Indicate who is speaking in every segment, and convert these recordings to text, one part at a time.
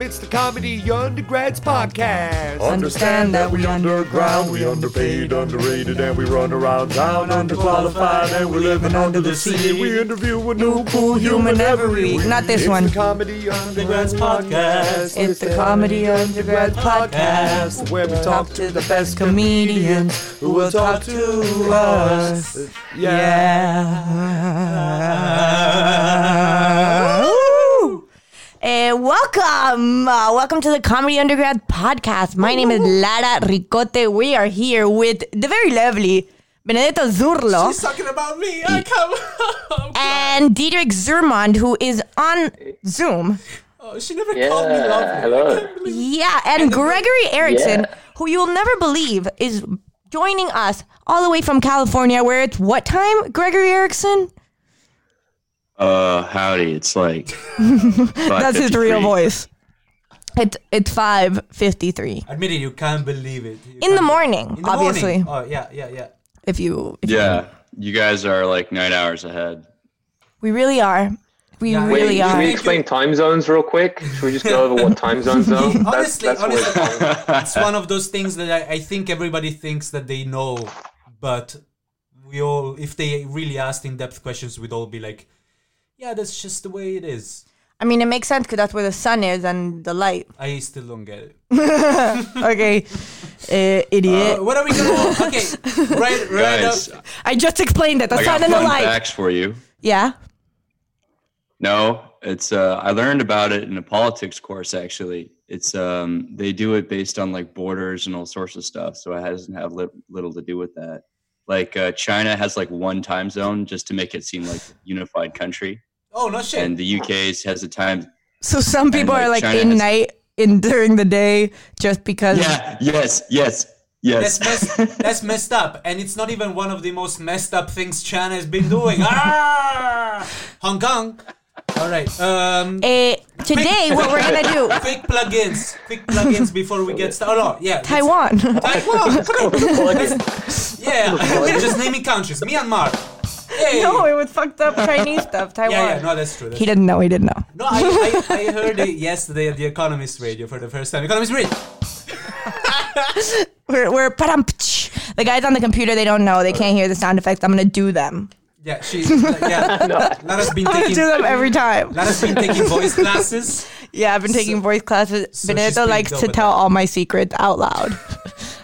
Speaker 1: It's the Comedy Undergrads Podcast.
Speaker 2: Oh.
Speaker 3: Understand that we underground, we underpaid, underrated, and we run around town underqualified, and we're living under the sea. We interview a new cool human every week.
Speaker 2: Not this
Speaker 1: it's
Speaker 2: one.
Speaker 1: the Comedy Undergrads
Speaker 3: Undergrads
Speaker 1: Podcast.
Speaker 3: Podcast.
Speaker 2: It's the Comedy Undergrad Podcast,
Speaker 1: where we talk
Speaker 2: to the best comedians who will talk to us.
Speaker 1: Yeah.
Speaker 2: Yeah. Woo! And welcome, uh, welcome to the Comedy Undergrad podcast. My name is Lara Ricote. We are here with the very lovely Benedetta Zurlo. She's talking about me. I come. and Dietrich Zurmond, who is on Zoom.
Speaker 4: Yeah, hello.
Speaker 2: Yeah, and Gregory Erickson,
Speaker 4: Yeah.
Speaker 2: who you will never believe is joining us all the way from California, where it's what time, Gregory Erickson?
Speaker 5: Uh, howdy. It's like
Speaker 2: That's his real voice. It's it's five fifty three
Speaker 6: Admit it, you can't believe it. You
Speaker 2: in the
Speaker 6: can't-
Speaker 2: morning,
Speaker 6: in the
Speaker 2: obviously.
Speaker 6: Morning. Oh yeah, yeah, yeah.
Speaker 2: If you, if
Speaker 5: Yeah, you guys are like nine hours ahead.
Speaker 2: we really are, we
Speaker 6: Yeah.
Speaker 2: really
Speaker 4: Wait, should
Speaker 2: are.
Speaker 4: we explain time zones real quick? Should we just go over what time zones are?
Speaker 6: honestly,
Speaker 4: what it's
Speaker 6: honestly,
Speaker 4: called.
Speaker 6: it's one of those things that I, I think everybody thinks that they know, but we all, if they really asked in-depth questions, we'd all be like, "Yeah, that's just the way it is."
Speaker 2: I mean, it makes sense because that's where the sun is and the light.
Speaker 6: I still don't get it.
Speaker 2: Okay, uh, idiot.
Speaker 6: What are we gonna? okay, right, right
Speaker 5: guys,
Speaker 6: up.
Speaker 2: I just explained it. The
Speaker 5: I got
Speaker 2: sun and the
Speaker 5: fun
Speaker 2: light.
Speaker 5: facts for you.
Speaker 2: Yeah.
Speaker 5: No, it's uh, I learned about it in a politics course actually. It's um, they do it based on like borders and all sorts of stuff. So it hasn't have lit- little to do with that. Like uh, China has like one time zone just to make it seem like a unified country,
Speaker 6: Oh no shit.
Speaker 5: and the UK's has a time.
Speaker 2: So some people
Speaker 5: like,
Speaker 2: are like
Speaker 5: China
Speaker 2: in
Speaker 5: has-
Speaker 2: night in during the day just because.
Speaker 5: Yeah. Yes. Yes. Yes.
Speaker 6: that's messed, that's messed up, and it's not even one of the most messed up things China has been doing. Ah! Hong Kong. All right. Um,
Speaker 2: Eh, today, what we're gonna do,
Speaker 6: quick plugins. Quick plugins before we get started. Oh no, yeah. let's-
Speaker 2: Taiwan.
Speaker 6: Taiwan.
Speaker 4: Plugin.
Speaker 6: yeah. I'm just naming countries. Myanmar. Hey.
Speaker 2: no, it was fucked up Chinese stuff. Taiwan.
Speaker 6: yeah, yeah, no, that's true. That's
Speaker 2: He didn't know. He didn't know.
Speaker 6: No, I, I, I heard it yesterday at the Economist radio for the first time. Economist radio.
Speaker 2: We're we're pa-dum-ptch. the guys on the computer. They don't know. They can't hear the sound effects. I'm gonna do them.
Speaker 6: Yeah, she's yeah. Lara's been
Speaker 2: I'm gonna
Speaker 6: taking
Speaker 2: do them every time.
Speaker 6: Lara's been taking voice classes.
Speaker 2: Yeah, I've been taking voice classes.
Speaker 6: so she's
Speaker 2: Benedetto
Speaker 6: being
Speaker 2: likes
Speaker 6: dumb
Speaker 2: to
Speaker 6: with
Speaker 2: tell
Speaker 6: that.
Speaker 2: all my secrets out loud.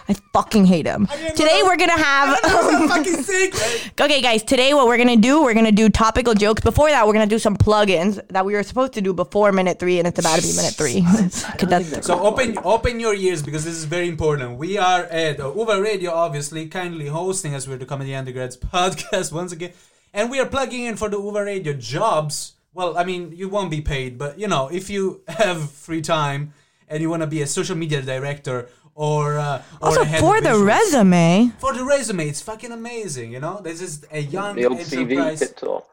Speaker 2: I fucking hate him. Today we're gonna have.
Speaker 6: Fucking secret.
Speaker 2: Okay, guys, today what we're gonna do, we're gonna do topical jokes. Before that, we're gonna do some plugins that we were supposed to do before minute three, and it's about to be minute three. 'Cause that's-
Speaker 6: So open open your ears because this is very important. We are at uh, Uva Radio, obviously, kindly hosting us. We're the Comedy Undergrads podcast once again, and we are plugging in for the Uva Radio jobs. Well, I mean, you won't be paid, but you know, if you have free time and you want to be a social media director or uh, or
Speaker 2: also
Speaker 6: a head
Speaker 2: for
Speaker 6: of
Speaker 2: the
Speaker 6: visuals-
Speaker 2: resume,
Speaker 6: for the resume, it's fucking amazing. You know, this is a young
Speaker 4: The old CV
Speaker 6: enterprise.
Speaker 4: tips off.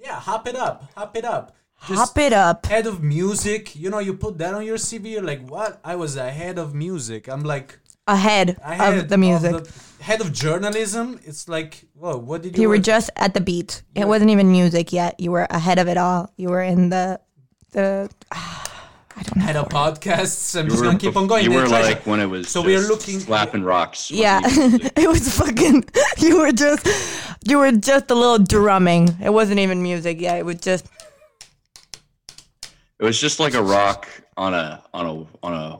Speaker 6: Yeah, hop it up, hop it up. Just-
Speaker 2: hop it up.
Speaker 6: head of music. You know, you put that on your CV. You're like, what? I was a head of music. I'm like,
Speaker 2: Ahead
Speaker 6: I had
Speaker 2: of the music.
Speaker 6: the- head of journalism. It's like, whoa, what did you?
Speaker 2: you were
Speaker 6: work-
Speaker 2: just at the beat. It wasn't even music yet. You were ahead of it all. You were in the the. I don't know.
Speaker 6: head of podcasts. I'm
Speaker 5: You
Speaker 6: just
Speaker 5: were
Speaker 6: gonna keep on
Speaker 5: bef-
Speaker 6: going.
Speaker 5: You
Speaker 6: They
Speaker 5: were
Speaker 6: tried-
Speaker 5: like when it was
Speaker 6: So we are
Speaker 5: just
Speaker 6: looking-
Speaker 5: slapping rocks. wasn't
Speaker 2: Yeah,
Speaker 5: even music.
Speaker 2: it was fucking. You were just, you were just a little drumming. It wasn't even music. Yeah, it was just.
Speaker 5: It was just like a rock on a on a on a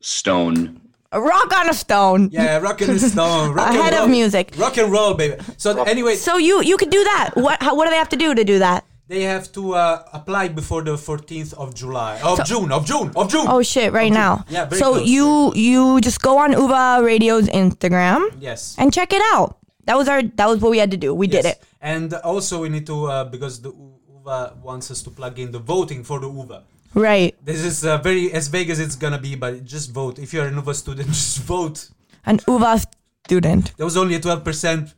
Speaker 5: stone.
Speaker 2: A rock on a stone.
Speaker 6: yeah, rock and stone. Rock
Speaker 2: Ahead
Speaker 6: and
Speaker 2: of
Speaker 6: roll,
Speaker 2: music.
Speaker 6: Rock and roll, baby. So anyway,
Speaker 2: So you you could do that. What how, what do they have to do to do that?
Speaker 6: they have to uh, apply before the 14th of July, of June, of June, of June.
Speaker 2: Oh shit! Right now.
Speaker 6: Yeah, very
Speaker 2: So
Speaker 6: close,
Speaker 2: you you just go on Uva Radio's Instagram
Speaker 6: yes.
Speaker 2: and check it out. That was our that was what we had to do. We did
Speaker 6: Yes.
Speaker 2: it.
Speaker 6: And also we need to uh, because the U- UVA wants us to plug in the voting for the UVA.
Speaker 2: Right.
Speaker 6: This is uh, very as vague as it's gonna be, but just vote. If you're an UVA student, just vote.
Speaker 2: An Uva student,
Speaker 6: There was only a twelve percent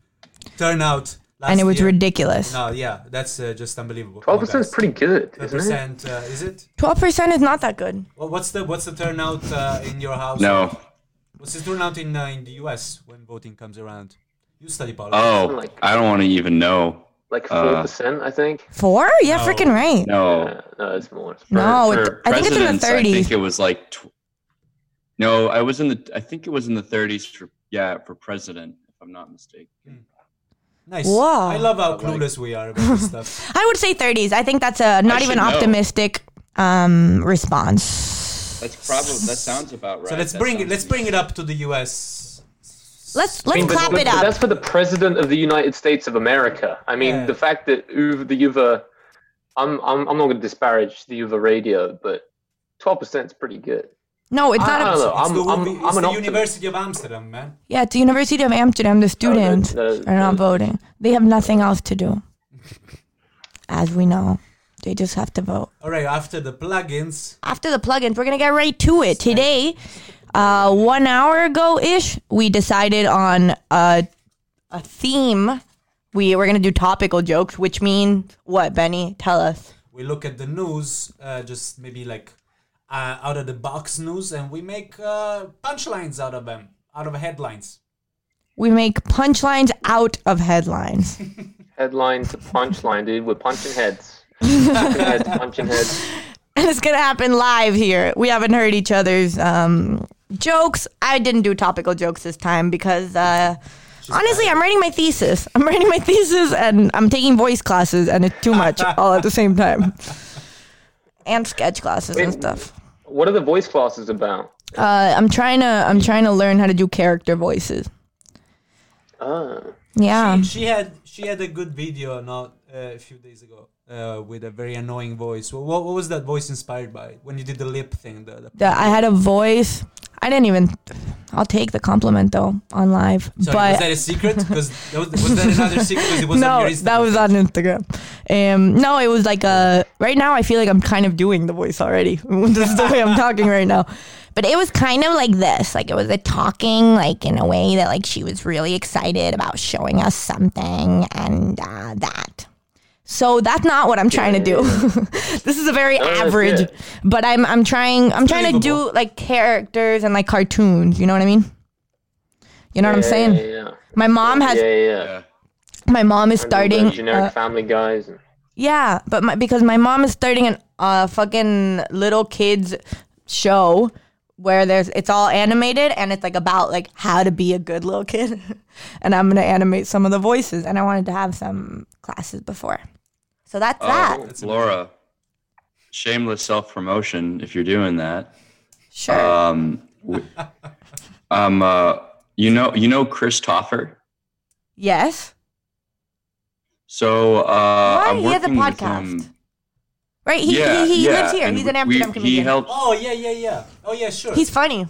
Speaker 6: turnout, last
Speaker 2: and it was
Speaker 6: year.
Speaker 2: ridiculous.
Speaker 6: No, yeah, that's uh, just unbelievable.
Speaker 4: 12% is Oh, pretty good, isn't it?
Speaker 6: Percent, uh, is it?
Speaker 2: Twelve percent is not that good.
Speaker 6: Well, what's the what's the turnout uh, in your house?
Speaker 5: No.
Speaker 6: What's the turnout in uh, in the U.S. when voting comes around? You study politics.
Speaker 5: Oh, I don't want to even know.
Speaker 4: like four percent, I think.
Speaker 2: Four? Yeah, freaking right.
Speaker 5: No,
Speaker 4: Uh, no, it's more.
Speaker 5: for-
Speaker 2: No, it-
Speaker 5: for
Speaker 2: Oh, I think it's in the
Speaker 5: presidents, I
Speaker 2: 30s.
Speaker 5: think it was like. Tw- no, I was in the. I think it was in the 30s for yeah for president, if I'm not mistaken.
Speaker 6: Nice.
Speaker 2: Wow.
Speaker 6: I love
Speaker 5: I
Speaker 6: how
Speaker 5: like-
Speaker 6: clueless we are about this stuff.
Speaker 2: I would say 30s. I think that's a not
Speaker 5: should
Speaker 2: even
Speaker 5: know.
Speaker 2: optimistic um, response.
Speaker 5: That's probably that sounds about right.
Speaker 6: So let's
Speaker 5: That
Speaker 6: bring it.
Speaker 5: sounds
Speaker 6: Let's bring it up to the U.S.
Speaker 2: Let's let's
Speaker 4: But-
Speaker 2: clap
Speaker 4: but-
Speaker 2: it
Speaker 4: but That's
Speaker 2: up.
Speaker 4: for the president of the United States of America. I mean,
Speaker 6: Yeah.
Speaker 4: the fact that Uva, the Uva, I'm I'm I'm not going to disparage the Uva radio, but twelve percent is pretty good.
Speaker 2: No, it's
Speaker 4: I
Speaker 2: not.
Speaker 4: don't
Speaker 2: A,
Speaker 4: know.
Speaker 6: It's
Speaker 4: I'm
Speaker 6: the,
Speaker 4: I'm,
Speaker 6: it's
Speaker 4: I'm an
Speaker 6: the
Speaker 4: optimist.
Speaker 6: University of Amsterdam, man.
Speaker 2: yeah, it's the University of Amsterdam. The students
Speaker 4: no, no,
Speaker 2: are not
Speaker 4: no.
Speaker 2: voting. They have nothing else to do, as we know. They just have to vote.
Speaker 6: All right. After the plugins,
Speaker 2: after the plugins, we're gonna get right to it today. Uh, one hour ago ish, we decided on a, a theme. We we're gonna do topical jokes, which means what? Benny, tell us.
Speaker 6: we look at the news, uh, just maybe like uh, out of the box news, and we make uh, punchlines out of them, out of headlines.
Speaker 2: We make punchlines out of headlines.
Speaker 4: Headline to punchline, dude. We're punching heads. punching heads, punching heads.
Speaker 2: and it's gonna happen live here. We haven't heard each other's um, jokes. I didn't do topical jokes this time because uh, honestly, I'm writing my thesis. I'm writing my thesis, and I'm taking voice classes, and it's too much all at the same time, and sketch classes and stuff.
Speaker 4: What are the voice classes about?
Speaker 2: Uh, I'm trying to I'm trying to learn how to do character voices.
Speaker 4: Oh,
Speaker 2: Yeah,
Speaker 6: She, she had she had a good video not uh, a few days ago uh, with a very annoying voice. Wha- What, what was that voice inspired by? When you did the lip thing, the, the-
Speaker 2: The- I had a voice. I didn't even. I'll take the compliment though on live,
Speaker 6: Sorry,
Speaker 2: but
Speaker 6: was that a secret? Because was, was that another secret? 'Cause it was on
Speaker 2: no,
Speaker 6: your
Speaker 2: that
Speaker 6: Instagram.
Speaker 2: was on Instagram. Um, no, it was like a. Right now, I feel like I'm kind of doing the voice already. this is the way I'm talking right now. But it was kind of like this. Like it was a talking, like in a way that like she was really excited about showing us something and uh, that. So that's not what I'm trying to do. this is a very
Speaker 4: that's
Speaker 2: average.
Speaker 4: good.
Speaker 2: But I'm I'm trying I'm trying to do
Speaker 6: believable.
Speaker 2: like characters and like cartoons. You know what I mean? You know what I'm saying?
Speaker 4: yeah, yeah,
Speaker 2: My mom
Speaker 4: yeah,
Speaker 2: has
Speaker 4: yeah, yeah.
Speaker 5: Yeah.
Speaker 2: my mom is
Speaker 4: And all the
Speaker 2: starting
Speaker 4: generic
Speaker 2: uh,
Speaker 4: Family Guys. and-
Speaker 2: Yeah, but my, because my mom is starting an uh, fucking little kids show where there's it's all animated and it's like about like how to be a good little kid, and I'm gonna animate some of the voices, and I wanted to have some classes before, so that's that.
Speaker 5: Oh, Laura, shameless self promotion if you're doing that.
Speaker 2: Sure.
Speaker 5: Um, w- um, uh, you know, you know Chris Toffer.
Speaker 2: yes.
Speaker 5: So uh,
Speaker 2: Why?
Speaker 5: I'm
Speaker 2: He has a
Speaker 5: working with
Speaker 2: podcast.
Speaker 5: him.
Speaker 2: Right. He
Speaker 5: yeah,
Speaker 2: he, he
Speaker 5: yeah,
Speaker 2: lives here.
Speaker 5: and
Speaker 2: He's an
Speaker 5: we-
Speaker 2: Amsterdam
Speaker 5: we-
Speaker 2: comedian.
Speaker 5: He helped.
Speaker 6: Oh yeah, yeah, yeah. Oh yeah, sure.
Speaker 2: He's funny.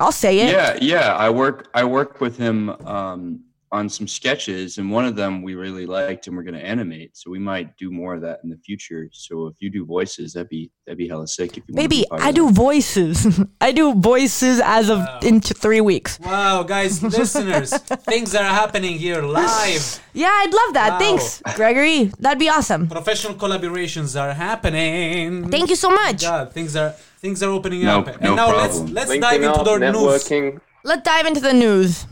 Speaker 2: I'll say it.
Speaker 5: Yeah, yeah. I work. I work with him um, on some sketches, and one of them we really liked, and we're going to animate. So we might do more of that in the future. So if you do voices, that'd be that'd be hella sick. If you wanna be
Speaker 2: Baby,
Speaker 5: part of
Speaker 2: I
Speaker 5: that.
Speaker 2: do voices. I do voices as of in t- three weeks.
Speaker 6: wow, guys, listeners, things that are happening here live.
Speaker 2: Yeah, I'd love that.
Speaker 6: Wow.
Speaker 2: Thanks, Gregory. That'd be awesome.
Speaker 6: Professional collaborations are happening.
Speaker 2: Thank you so much.
Speaker 6: God, Ah, things are things are opening
Speaker 5: No-
Speaker 6: up.
Speaker 5: no
Speaker 6: and now
Speaker 5: problem.
Speaker 6: let's let's dive
Speaker 4: LinkedIn
Speaker 6: into
Speaker 4: up,
Speaker 6: the news.
Speaker 4: networking.
Speaker 2: Let's dive into the news.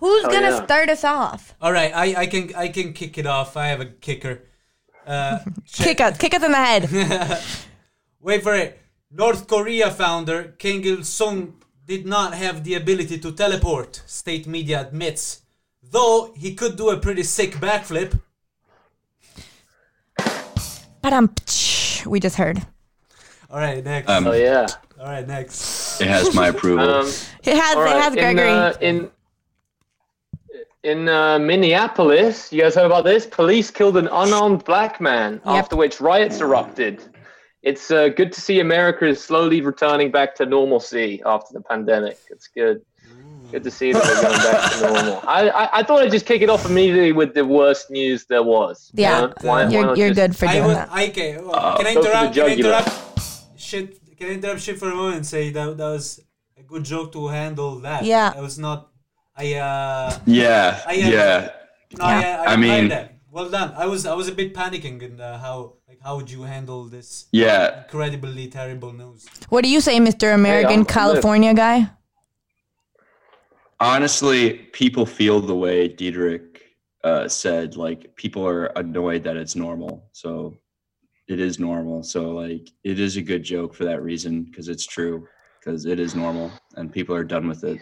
Speaker 2: Who's
Speaker 4: Oh,
Speaker 2: gonna
Speaker 4: yeah.
Speaker 2: start us off?
Speaker 6: All right, I, I can I can kick it off. I have a kicker. Uh,
Speaker 2: Kick us, kick us in the head.
Speaker 6: Wait for it. North Korea founder Kim Il Sung did not have the ability to teleport. State media admits, though he could do a pretty sick backflip.
Speaker 2: Ba-dum, we just heard.
Speaker 6: All right, next.
Speaker 5: Um,
Speaker 4: Oh yeah.
Speaker 6: All right, next.
Speaker 5: It has my approval.
Speaker 4: Um,
Speaker 2: It has,
Speaker 4: all
Speaker 2: it
Speaker 4: right,
Speaker 2: has Gregory.
Speaker 4: In, uh, in, in uh, Minneapolis, you guys heard about this? Police killed an unarmed black man, after which riots erupted. It's uh, good to see America is slowly returning back to normalcy after the pandemic. It's good. Good to see that we're going back to normal. I, I, I thought I'd just kick it off immediately with the worst news there was. you
Speaker 2: yeah,
Speaker 4: know? Why- why
Speaker 2: you're,
Speaker 4: not
Speaker 2: you're
Speaker 4: just-
Speaker 2: good for
Speaker 6: I
Speaker 2: doing
Speaker 6: was.
Speaker 2: that.
Speaker 6: I can. can I
Speaker 4: go to the
Speaker 6: interrupt? Can I
Speaker 4: jugular.
Speaker 6: interrupt? Shit. Can I interrupt shit for a moment and say that that was a good joke to handle that?
Speaker 2: Yeah.
Speaker 6: I was not. I uh.
Speaker 5: yeah,
Speaker 6: I, uh,
Speaker 5: yeah.
Speaker 6: No, I-
Speaker 2: Yeah.
Speaker 6: I,
Speaker 5: I
Speaker 6: I, mean,
Speaker 5: mean-
Speaker 6: that. well done. I was I was a bit panicking in uh, how like how would you handle this
Speaker 5: Yeah,
Speaker 6: incredibly terrible news?
Speaker 2: What do you say, Mr. American
Speaker 4: I'm- I'm good.
Speaker 2: California guy?
Speaker 5: honestly, people feel the way Diedrich uh, said like people are annoyed that it's normal so it is normal so like it is a good joke for that reason because it's true because it is normal and people are done with it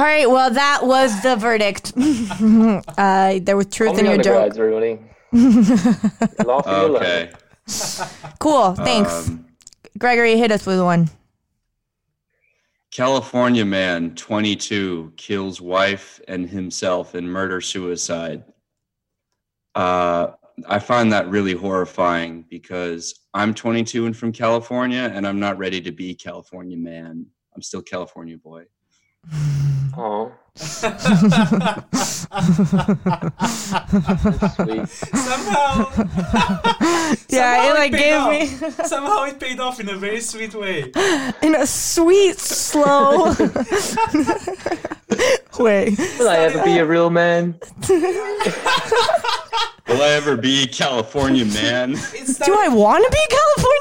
Speaker 2: All right, well, that was the verdict. uh, there was truth in your
Speaker 4: Only
Speaker 2: joke.
Speaker 4: undergrads, everybody. Laugh at your luck.
Speaker 5: okay
Speaker 2: Cool, thanks.
Speaker 5: um,
Speaker 2: Gregory, hit us with one.
Speaker 5: California man, 22, kills wife and himself in murder suicide. Uh, I find that really horrifying because I'm 22 and from California, and I'm not ready to be California man. I'm still California boy.
Speaker 4: Aw, sweet.
Speaker 6: Somehow,
Speaker 2: Yeah,
Speaker 6: Somehow
Speaker 2: it like
Speaker 6: paid off.
Speaker 2: gave me
Speaker 6: somehow it paid off in a very sweet way.
Speaker 2: in a sweet, slow way.
Speaker 4: Will I ever be a real man?
Speaker 5: Will I ever be California man?
Speaker 6: It
Speaker 2: Do I
Speaker 6: started,
Speaker 2: want to be California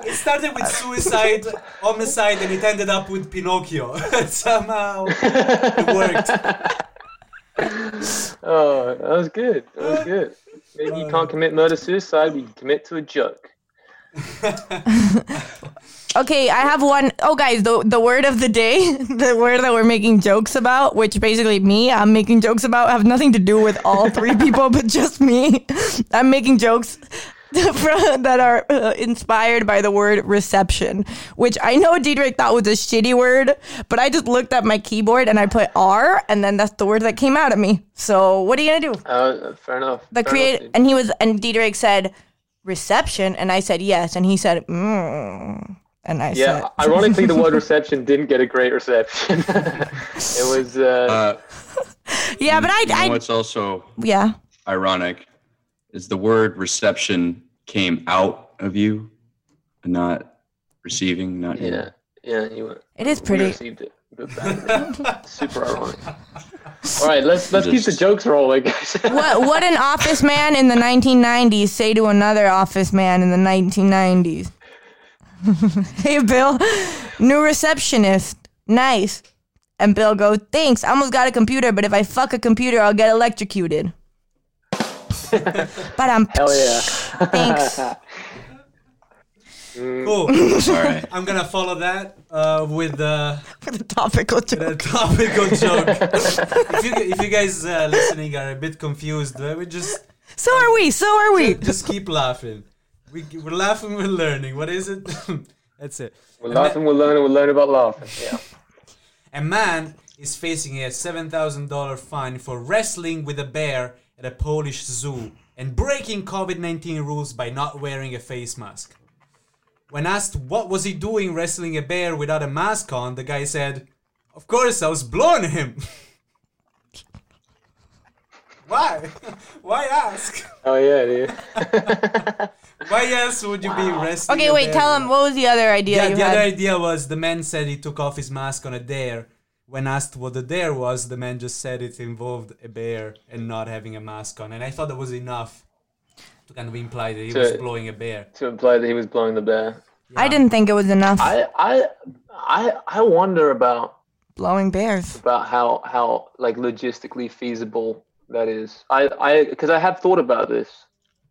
Speaker 6: it started with suicide, homicide, and it ended up with Pinocchio. somehow, it worked.
Speaker 4: Oh, that was good. That was good. Maybe you can't commit murder suicide, but you can commit to a joke.
Speaker 2: man? Okay, I have one. Oh, guys, the, the word of the day, the word that we're making jokes about, which basically me, I'm making jokes about, have nothing to do with all three people, but just me. I'm making jokes. from- that are uh, inspired by the word reception, which I know Diedrich thought was a shitty word, but I just looked at my keyboard and I put R, and then that's the word that came out of me. So, what are you gonna do?
Speaker 4: Uh, fair enough.
Speaker 2: the
Speaker 4: fair enough,
Speaker 2: create
Speaker 4: dude.
Speaker 2: and he was and Diedrich said reception and I said yes and he said mm, and I
Speaker 4: Yeah,
Speaker 2: said
Speaker 4: ironically, the word reception didn't get a great reception. it was. Uh,
Speaker 5: Uh,
Speaker 2: yeah but I,
Speaker 5: you know
Speaker 2: I
Speaker 5: what's also
Speaker 2: yeah
Speaker 5: ironic is the word reception came out of you, and not receiving, not in.
Speaker 4: yeah, yeah, you were.
Speaker 2: it is
Speaker 4: we
Speaker 2: pretty
Speaker 4: received it, but badly. Super ironic. All right, let's let's keep the jokes rolling, guys.
Speaker 2: what what an office man in the 1990s say to another office man in the 1990s hey Bill new receptionist nice and Bill goes thanks I almost got a computer but if I fuck a computer I'll get electrocuted but I'm
Speaker 4: Hell yeah.
Speaker 2: thanks
Speaker 6: Cool.
Speaker 5: All right.
Speaker 6: I'm gonna follow that uh, with uh,
Speaker 2: for the topical joke.
Speaker 6: a topical joke. if, you, if you guys uh, listening are a bit confused, uh, we just
Speaker 2: So are we. So are we.
Speaker 6: just keep laughing. We, we're laughing, we're learning. What is it? That's it.
Speaker 4: We're laughing, we're learning, we're learning about laughing. Yeah.
Speaker 6: A man is facing a $7,000 fine for wrestling with a bear at a Polish zoo and breaking COVID 19 rules by not wearing a face mask. When asked what was he doing wrestling a bear without a mask on, the guy said, "Of course, I was blowing him." Why? Why ask?
Speaker 4: Oh yeah, dude.
Speaker 6: Why else would you be wrestling?
Speaker 2: Okay,
Speaker 6: a
Speaker 2: wait.
Speaker 6: bear?
Speaker 2: Tell him what was the other idea
Speaker 6: Yeah,
Speaker 2: you
Speaker 6: the
Speaker 2: had.
Speaker 6: other idea was the man said he took off his mask on a dare. When asked what the dare was, the man just said it involved a bear and not having a mask on. And I thought that was enough to kind of imply that he
Speaker 4: So-
Speaker 6: was blowing a bear.
Speaker 4: To imply that he was blowing the bear.
Speaker 2: I didn't think it was enough.
Speaker 4: I I I I wonder about
Speaker 2: Blowing bears.
Speaker 4: about how how like logistically feasible that is. I I because I have thought about this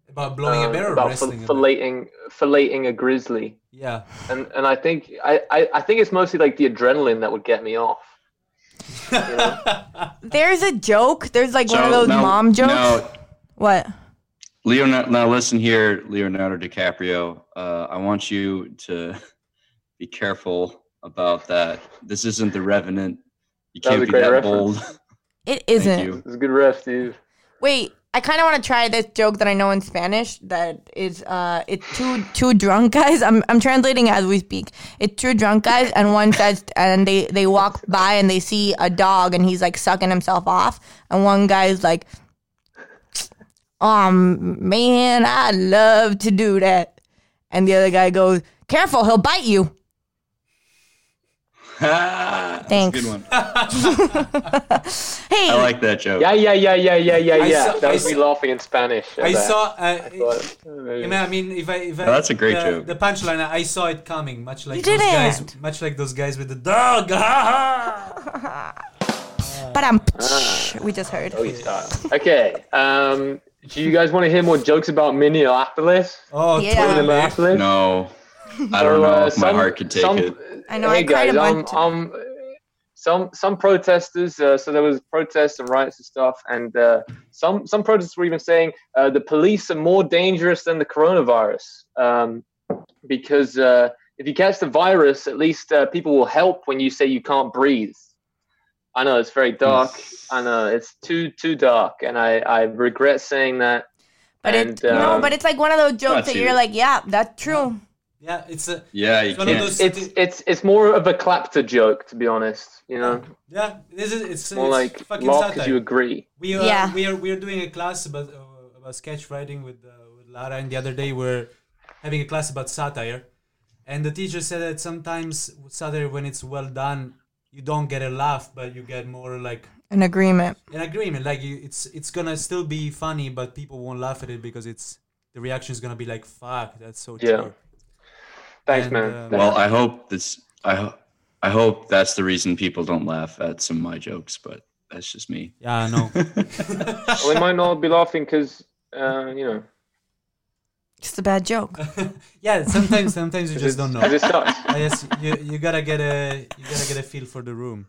Speaker 6: About blowing a
Speaker 4: um,
Speaker 6: bear or
Speaker 4: about fil-
Speaker 6: wrestling a bear?
Speaker 4: filleting filleting a grizzly,
Speaker 6: Yeah.
Speaker 4: and and I think I, I I think it's mostly like the adrenaline that would get me off.
Speaker 2: There's a joke. There's like one of
Speaker 5: So
Speaker 2: those
Speaker 5: now-
Speaker 2: mom jokes.
Speaker 5: now
Speaker 2: What?
Speaker 5: Leonardo, now listen here, Leonardo DiCaprio. Uh, I want you to be careful about that. This isn't the Revenant. You
Speaker 4: That was
Speaker 5: can't
Speaker 4: a
Speaker 5: be
Speaker 4: great
Speaker 5: that
Speaker 4: reference.
Speaker 5: bold.
Speaker 2: It
Speaker 5: Thank
Speaker 2: isn't.
Speaker 5: you.
Speaker 4: It's a good ref, dude.
Speaker 2: Wait. I kind of want to try this joke that I know in Spanish. That is, uh, it's two two drunk guys. I'm I'm translating as we speak. It's two drunk guys, and one says, and they they walk by and they see a dog, and he's like sucking himself off, and one guy's like, um, man, I love to do that, and the other guy goes, careful, he'll bite you.
Speaker 5: Ah, that's
Speaker 2: Thanks.
Speaker 5: a good one.
Speaker 2: Hey,
Speaker 5: I like that joke.
Speaker 4: Yeah, yeah, yeah, yeah, yeah, yeah, yeah.
Speaker 6: saw-
Speaker 4: that
Speaker 6: I
Speaker 4: was me
Speaker 6: saw-
Speaker 4: laughing in Spanish. at
Speaker 6: I
Speaker 4: that.
Speaker 6: saw. Uh,
Speaker 4: But, uh,
Speaker 6: you
Speaker 4: maybe.
Speaker 6: know, I mean, if I, if I
Speaker 5: that's a great
Speaker 6: the,
Speaker 5: joke.
Speaker 6: The punchline, I saw it coming, much like
Speaker 2: You
Speaker 6: those guys,
Speaker 2: didn't.
Speaker 6: Ah, much like those guys with the dog.
Speaker 2: Ba-dam, ptsh, we just heard.
Speaker 4: Oh, you start. Okay. Um, do you guys want to hear more jokes about Minneapolis?
Speaker 6: Oh,
Speaker 2: Yeah.
Speaker 6: totally.
Speaker 4: Minneapolis?
Speaker 5: No, I don't
Speaker 4: So,
Speaker 5: know
Speaker 4: uh,
Speaker 5: if my
Speaker 4: some-
Speaker 5: heart could take
Speaker 4: some-
Speaker 5: it.
Speaker 2: I know,
Speaker 4: Hey
Speaker 2: I cried
Speaker 4: guys,
Speaker 2: a
Speaker 4: um,
Speaker 2: bunch.
Speaker 4: um, some some protesters. Uh, so there was protests and riots and stuff, and uh, some some protesters were even saying uh, the police are more dangerous than the coronavirus um, because uh, if you catch the virus, at least uh, people will help when you say you can't breathe. I know it's very dark. I know it's too too dark, and I, I regret saying that.
Speaker 2: But
Speaker 4: and,
Speaker 2: it, no,
Speaker 4: um,
Speaker 2: but it's like one of those jokes that
Speaker 5: you.
Speaker 2: you're like, yeah, that's true.
Speaker 6: Yeah, it's a
Speaker 5: Yeah, you
Speaker 6: It's one of
Speaker 5: can't.
Speaker 6: those-
Speaker 4: it's it's it's more of a clapter joke, to be honest. You know,
Speaker 6: yeah. This is it's,
Speaker 4: more
Speaker 6: it's
Speaker 4: like
Speaker 6: fucking
Speaker 4: laugh
Speaker 6: satire.
Speaker 4: because you agree.
Speaker 6: We are,
Speaker 2: Yeah.
Speaker 6: we are we are doing a class about uh, about sketch writing with uh, with Lara, and the other day we're having a class about satire, and the teacher said that sometimes with satire, when it's well done, you don't get a laugh, but you get more like
Speaker 2: An agreement.
Speaker 6: an agreement. Like you, it's it's gonna still be funny, but people won't laugh at it because it's the reaction is gonna be like "fuck, that's so
Speaker 4: Yeah.
Speaker 6: true."
Speaker 4: Thanks,
Speaker 6: And,
Speaker 4: man.
Speaker 6: um,
Speaker 4: Thanks.
Speaker 5: Well, I hope this. I ho- I hope that's the reason people don't laugh at some of my jokes, but that's just me.
Speaker 6: Yeah, I know.
Speaker 4: Well, they might not be laughing because, uh, you know,
Speaker 2: Just a bad joke.
Speaker 6: yeah, sometimes sometimes you just don't know.
Speaker 4: because it sucks.
Speaker 6: I guess you, you gotta get a you gotta get a feel for the room.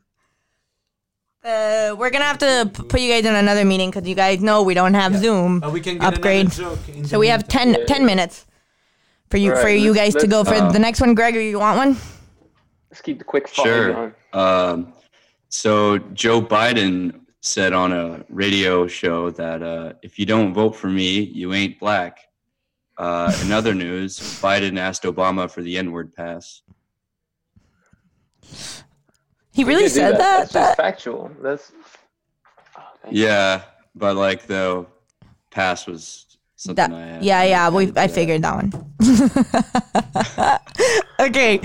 Speaker 2: Uh, we're gonna have to p- put you guys in another meeting because you guys know we don't have Zoom.
Speaker 6: But Oh, we can get
Speaker 2: Upgrade.
Speaker 6: another joke. in
Speaker 2: So
Speaker 6: the
Speaker 2: we have 10, 10 minutes for you
Speaker 4: Alright,
Speaker 2: for you guys
Speaker 4: let's-
Speaker 2: to go for
Speaker 5: let's-
Speaker 2: the next one. Gregory, you want one?
Speaker 4: Let's keep the quick fire
Speaker 5: Sure.
Speaker 4: going.
Speaker 5: Um, so Joe Biden said on a radio show that uh, if you don't vote for me, you ain't black. Uh, in other news, Biden asked Obama for the N-word pass.
Speaker 2: He really
Speaker 4: You do
Speaker 2: said that.
Speaker 4: That's just
Speaker 2: that?
Speaker 4: factual. That's. Oh, thank you.
Speaker 5: Yeah, but like the pass was something I
Speaker 2: That-
Speaker 5: had.
Speaker 2: yeah, yeah, we,
Speaker 5: added to
Speaker 2: I
Speaker 5: that.
Speaker 2: figured that one. okay, I
Speaker 5: But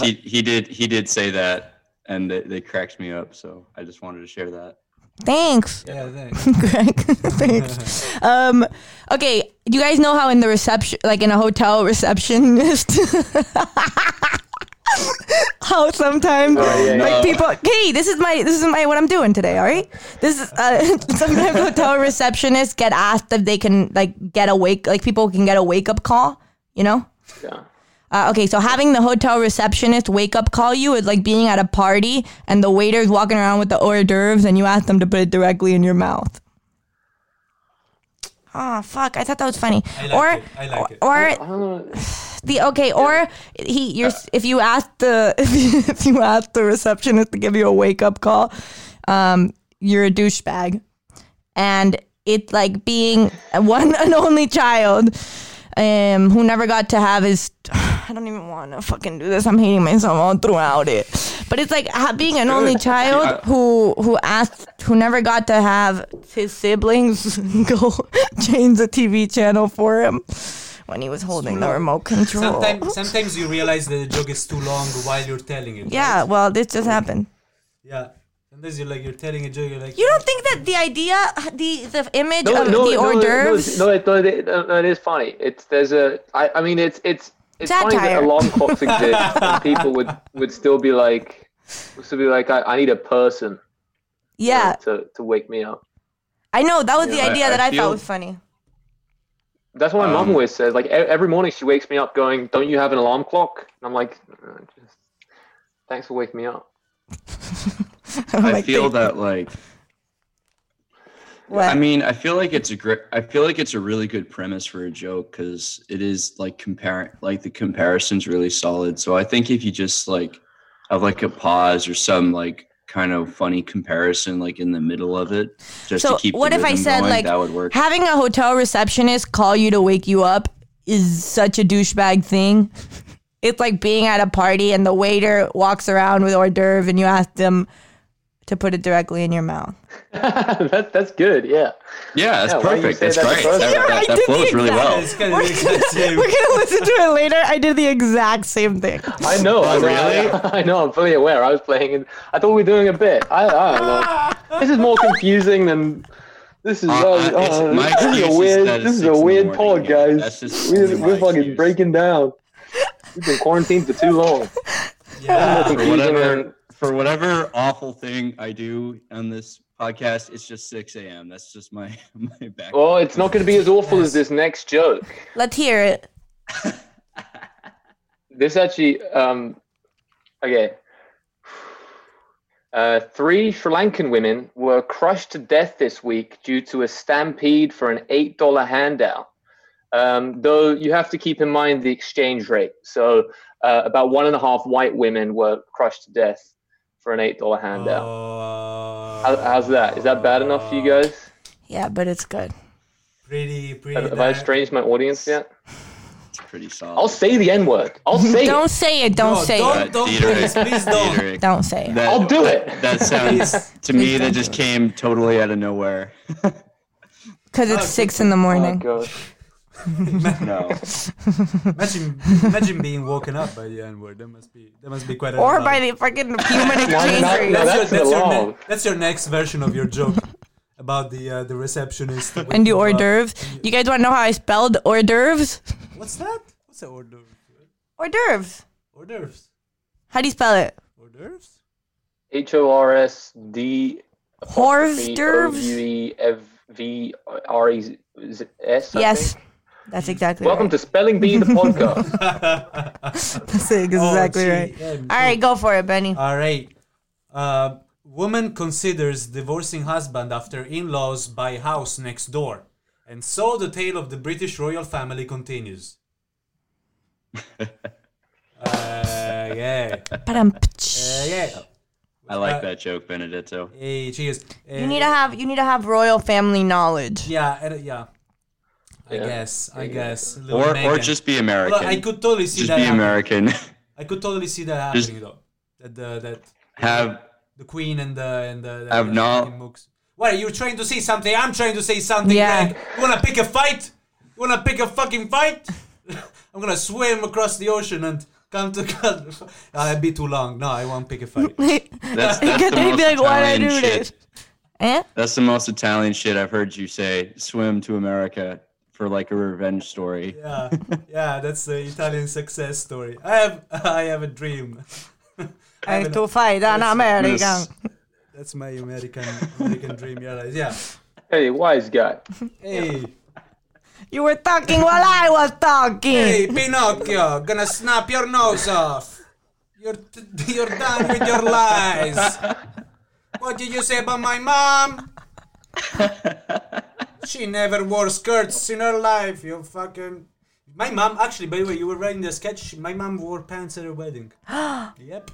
Speaker 2: have.
Speaker 5: he, he did. He did say that, and they, they cracked me up. So I just wanted to share that.
Speaker 2: Thanks.
Speaker 6: Yeah, thanks.
Speaker 2: Greg. Thanks. Um, okay, you guys know how in the reception, like in a hotel receptionist, how sometimes like people. Hey, this is my this is my what I'm doing today. All right, this is uh, sometimes hotel receptionists get asked if they can like get a wake like people can get a wake up call. You know.
Speaker 4: Yeah.
Speaker 2: Uh, okay, so having the hotel receptionist wake up call you is like being at a party and the waiter's walking around with the hors d'oeuvres and you ask them to put it directly in your mouth. Oh fuck! I thought that was funny.
Speaker 6: like
Speaker 2: or,
Speaker 6: it. I like it.
Speaker 2: or
Speaker 4: I don't know.
Speaker 2: the okay, or he, you're if you ask the if you, if you ask the receptionist to give you a wake up call, um, you're a douchebag, and it's like being a one and only child, um, who never got to have his. I don't even want to fucking do this. I'm hating myself all throughout it. But it's like ha- being an only child who who asked who never got to have his siblings go change the TV channel for him when he was holding the remote control.
Speaker 6: Sometimes, sometimes you realize that the joke is too long while you're telling it.
Speaker 2: Yeah, well, this just happened.
Speaker 6: Yeah. Sometimes you're like you're telling a joke. You're like
Speaker 2: You don't think that the idea, the the image
Speaker 4: No,
Speaker 2: of
Speaker 4: no,
Speaker 2: the
Speaker 4: no,
Speaker 2: hors d'oeuvres?
Speaker 4: No, no, it- no, it, no, no, it is funny. It's there's a. I, I mean, it's it's it's funny
Speaker 2: Satire.
Speaker 4: that alarm clocks exist and people would would still be like, would still be like, I, I need a person
Speaker 2: yeah,
Speaker 4: to to wake me up.
Speaker 2: I know that was the
Speaker 5: I-
Speaker 2: idea
Speaker 5: I
Speaker 2: that I
Speaker 5: feel-
Speaker 2: thought was funny.
Speaker 4: That's what my mom
Speaker 5: Um,
Speaker 4: always says. Like e- every morning, she wakes me up going, "Don't you have an alarm clock?" And I'm like, "Uh, just, "Thanks for waking me up."
Speaker 2: Oh
Speaker 5: I feel that like
Speaker 2: What?
Speaker 5: I mean, I feel like it's a great. I feel like it's a really good premise for a joke because it is like comparing. Like the comparison's really solid. So I think if you just like have like a pause or some like kind of funny comparison like in the middle of it, just
Speaker 2: So
Speaker 5: to keep. the
Speaker 2: what if I
Speaker 5: rhythm
Speaker 2: said
Speaker 5: going,
Speaker 2: like
Speaker 5: that would work?
Speaker 2: having a hotel receptionist call you to wake you up is such a douchebag thing. It's like being at a party and the waiter walks around with hors d'oeuvre and you ask them to put it directly in your mouth.
Speaker 4: that, that's good. Yeah.
Speaker 5: yeah, that's
Speaker 4: yeah, why you
Speaker 5: perfect.
Speaker 4: say
Speaker 5: That's
Speaker 4: that's
Speaker 5: great.
Speaker 4: the first
Speaker 5: That,
Speaker 2: one?
Speaker 5: that,
Speaker 2: I
Speaker 5: that
Speaker 2: did
Speaker 5: flows
Speaker 2: the
Speaker 5: really
Speaker 2: exact-
Speaker 5: well.
Speaker 6: It's kind of the exact same.
Speaker 2: We're gonna listen to it later. I did the exact same thing.
Speaker 4: I know. I know,
Speaker 5: Oh, really?
Speaker 4: I, I know. I'm fully aware. I was playing, and I thought we were doing a bit. I, I don't know. This is more confusing than this is.
Speaker 5: Uh,
Speaker 4: Uh,
Speaker 5: uh, it's-
Speaker 4: uh,
Speaker 5: my
Speaker 4: this
Speaker 5: excuse
Speaker 4: is a
Speaker 5: is
Speaker 4: weird.
Speaker 5: that it's
Speaker 4: This is
Speaker 5: six in
Speaker 4: a
Speaker 5: the
Speaker 4: weird
Speaker 5: morning,
Speaker 4: pod,
Speaker 5: yeah.
Speaker 4: guys.
Speaker 5: That's just
Speaker 4: we're
Speaker 5: only my
Speaker 4: we're fucking
Speaker 5: excuse.
Speaker 4: breaking down. We've been quarantined for too long.
Speaker 6: Yeah.
Speaker 4: Confusing
Speaker 5: whatever-
Speaker 4: and
Speaker 5: for whatever awful thing I do on this podcast, it's just 6 a.m. That's just my my back.
Speaker 4: Well, it's not going to be as awful as this next joke.
Speaker 2: Let's hear it.
Speaker 4: This actually, um, okay. Uh, three Sri Lankan women were crushed to death this week due to a stampede for an $8 handout. Um, though you have to keep in mind the exchange rate. So, uh, about one and a half white women were crushed to death for an $8
Speaker 6: Oh,
Speaker 4: handout.
Speaker 6: Uh,
Speaker 4: How, how's that? Is that bad enough for you guys?
Speaker 2: Yeah, but it's good.
Speaker 6: Pretty, pretty.
Speaker 4: Have, have I
Speaker 6: bad.
Speaker 4: estranged my audience yet?
Speaker 5: It's pretty solid.
Speaker 4: I'll say the N word. I'll say it.
Speaker 2: Don't say it. Don't
Speaker 6: No,
Speaker 2: say
Speaker 6: don't,
Speaker 2: it.
Speaker 6: don't,
Speaker 5: Dietrich.
Speaker 6: please, please don't.
Speaker 5: Dietrich,
Speaker 2: Don't say it.
Speaker 5: that-
Speaker 4: I'll do it.
Speaker 5: That sounds to me that just came totally out of nowhere.
Speaker 2: Because it's six in the
Speaker 4: Oh,
Speaker 2: morning.
Speaker 4: God.
Speaker 5: no,
Speaker 6: Imagine, imagine being woken up by the N word. That must be, that must be quite. an
Speaker 2: or
Speaker 6: alarm.
Speaker 2: by the fucking human exchange
Speaker 4: not-
Speaker 2: rate.
Speaker 4: no, that's
Speaker 6: That's, your, that's, your
Speaker 4: alarm.
Speaker 6: ne- that's your next version of your joke about the uh, the receptionist
Speaker 2: and the
Speaker 6: waking
Speaker 2: hors
Speaker 6: you up.
Speaker 2: d'oeuvres. You guys want to know how I spelled hors d'oeuvres?
Speaker 6: What's that? What's a hors d'oeuvre?
Speaker 2: Hors d'oeuvres.
Speaker 6: Hors d'oeuvres.
Speaker 2: How do you spell it?
Speaker 6: Hors d'oeuvres.
Speaker 4: H O R S D
Speaker 2: Hors
Speaker 4: apostrophe O U
Speaker 2: d'oeuvres.
Speaker 4: E F V R E Z S. I
Speaker 2: Yes,
Speaker 4: think.
Speaker 2: that's exactly.
Speaker 4: Welcome
Speaker 2: right.
Speaker 4: to Spelling Bee, the podcast.
Speaker 2: That's exactly
Speaker 6: Oh,
Speaker 2: right.
Speaker 6: GM.
Speaker 2: All right, go for it, Benny.
Speaker 6: All right. Uh, woman considers divorcing husband after in-laws buy house next door, and so the tale of the British royal family continues. uh, yeah. Uh,
Speaker 2: Ba-dum-ptsh.
Speaker 6: yeah.
Speaker 5: I like
Speaker 6: Uh,
Speaker 5: that joke, Benedetto.
Speaker 6: Hey, cheers. Uh,
Speaker 2: You need to have you need to have royal family knowledge.
Speaker 6: Yeah, I don't- yeah. I
Speaker 4: Yeah.
Speaker 6: guess. I guess. Little
Speaker 5: Or or
Speaker 6: Megan.
Speaker 5: just be
Speaker 6: Although
Speaker 5: American.
Speaker 6: I could totally see
Speaker 5: just
Speaker 6: that.
Speaker 5: be
Speaker 6: happening.
Speaker 5: American.
Speaker 6: I could totally see that
Speaker 5: Just-
Speaker 6: happening though. That the that
Speaker 5: have
Speaker 6: the queen and the and the. the
Speaker 5: Have
Speaker 6: the
Speaker 5: not-
Speaker 6: fucking mooks. What you're trying to say something? I'm trying to say something.
Speaker 2: Yeah.
Speaker 6: Greg. You wanna pick a fight? You wanna pick a fucking fight? I'm gonna swim across the ocean and come to. I'd be too long. No, I won't pick a fight.
Speaker 5: that's, that's
Speaker 2: Because
Speaker 5: the
Speaker 2: they'd
Speaker 5: most
Speaker 2: be like, "Why'd I
Speaker 5: Italian
Speaker 2: do
Speaker 5: shit.
Speaker 2: this?" Eh?
Speaker 5: That's the most Italian shit I've heard you say. Swim to America for like a revenge story.
Speaker 6: yeah, yeah, that's the Italian success story. I have, I have a dream. I
Speaker 2: I
Speaker 6: have an-
Speaker 2: to fight an American.
Speaker 5: Miss-
Speaker 6: That's my American American dream. Yeah, like, yeah.
Speaker 4: hey, wise guy.
Speaker 6: Hey,
Speaker 2: You were talking while I was
Speaker 6: hey,
Speaker 2: talking.
Speaker 6: Pinocchio, gonna snap your nose off. You're t- you're done with your lies. What did you say about my mom? She never wore skirts in her life. You fucking. My mom, actually, by the way, you were writing the sketch. My mom wore pants at her wedding. yep.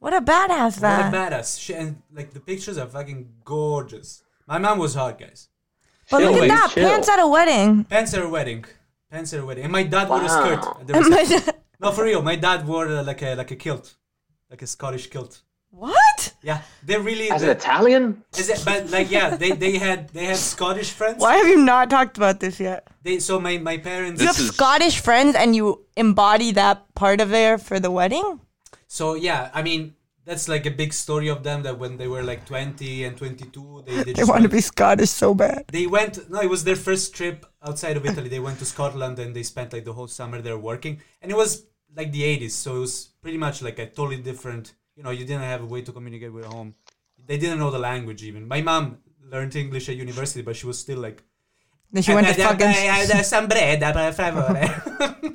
Speaker 2: What a badass
Speaker 6: What a
Speaker 2: that.
Speaker 6: badass. She, and like the pictures are fucking gorgeous. My mom was hot, guys.
Speaker 2: But look at
Speaker 4: Chill,
Speaker 2: that.
Speaker 4: chill.
Speaker 2: Pants at a wedding.
Speaker 6: Pants at her wedding. Pants at her wedding. And my dad wore a skirt. at the reception.
Speaker 2: what?
Speaker 6: no, for real. My dad wore uh, like a like a kilt, like a Scottish kilt. Yeah, they really.
Speaker 4: As an
Speaker 6: they-
Speaker 4: Italian?
Speaker 6: is it, but like yeah, they, they had they had Scottish friends.
Speaker 2: Why have you not talked about this yet?
Speaker 6: They so my my parents.
Speaker 2: You
Speaker 5: This
Speaker 2: have
Speaker 5: is-
Speaker 2: Scottish friends and you embody that part of there for the wedding?
Speaker 6: So yeah, I mean that's like a big story of them that when they were like twenty and twenty two, they they,
Speaker 2: They
Speaker 6: just
Speaker 2: want to
Speaker 6: went-
Speaker 2: be Scottish so bad.
Speaker 6: they went no it was their first trip outside of italy they went to scotland and they spent like the whole summer there working and it was like the 80s so it was pretty much like a totally different you know you didn't have a way to communicate with home they didn't know the language even my mom learned english at university but she was still like
Speaker 2: Then she went to fucking.
Speaker 6: some bread per favore."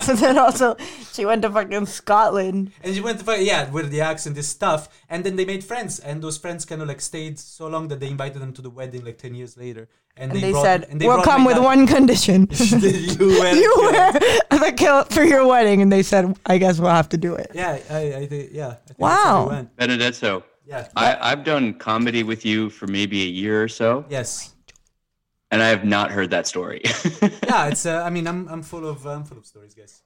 Speaker 2: So then also, she went to fucking Scotland.
Speaker 6: and she went to fuck- yeah with the accent is tough and then they made friends and those friends kind of like stayed so long that they invited them to the wedding like 10 years later and,
Speaker 2: And they
Speaker 6: brought-
Speaker 2: said,
Speaker 6: and they
Speaker 2: we'll
Speaker 6: brought
Speaker 2: come
Speaker 6: my
Speaker 2: with
Speaker 6: dad-
Speaker 2: one condition.
Speaker 6: you were
Speaker 2: you wear the kilt for your wedding. And they said, I guess we'll have to do it.
Speaker 6: Yeah, I, I think, yeah. I think that's
Speaker 2: Wow.
Speaker 6: how we went.
Speaker 5: Benedetto,
Speaker 6: Yeah.
Speaker 5: I, I've done comedy with you for maybe a year or so,
Speaker 6: yes.
Speaker 5: and I have not heard that story.
Speaker 6: Yeah, it's. Uh, I mean, I'm, I'm full of I'm full of stories, guys.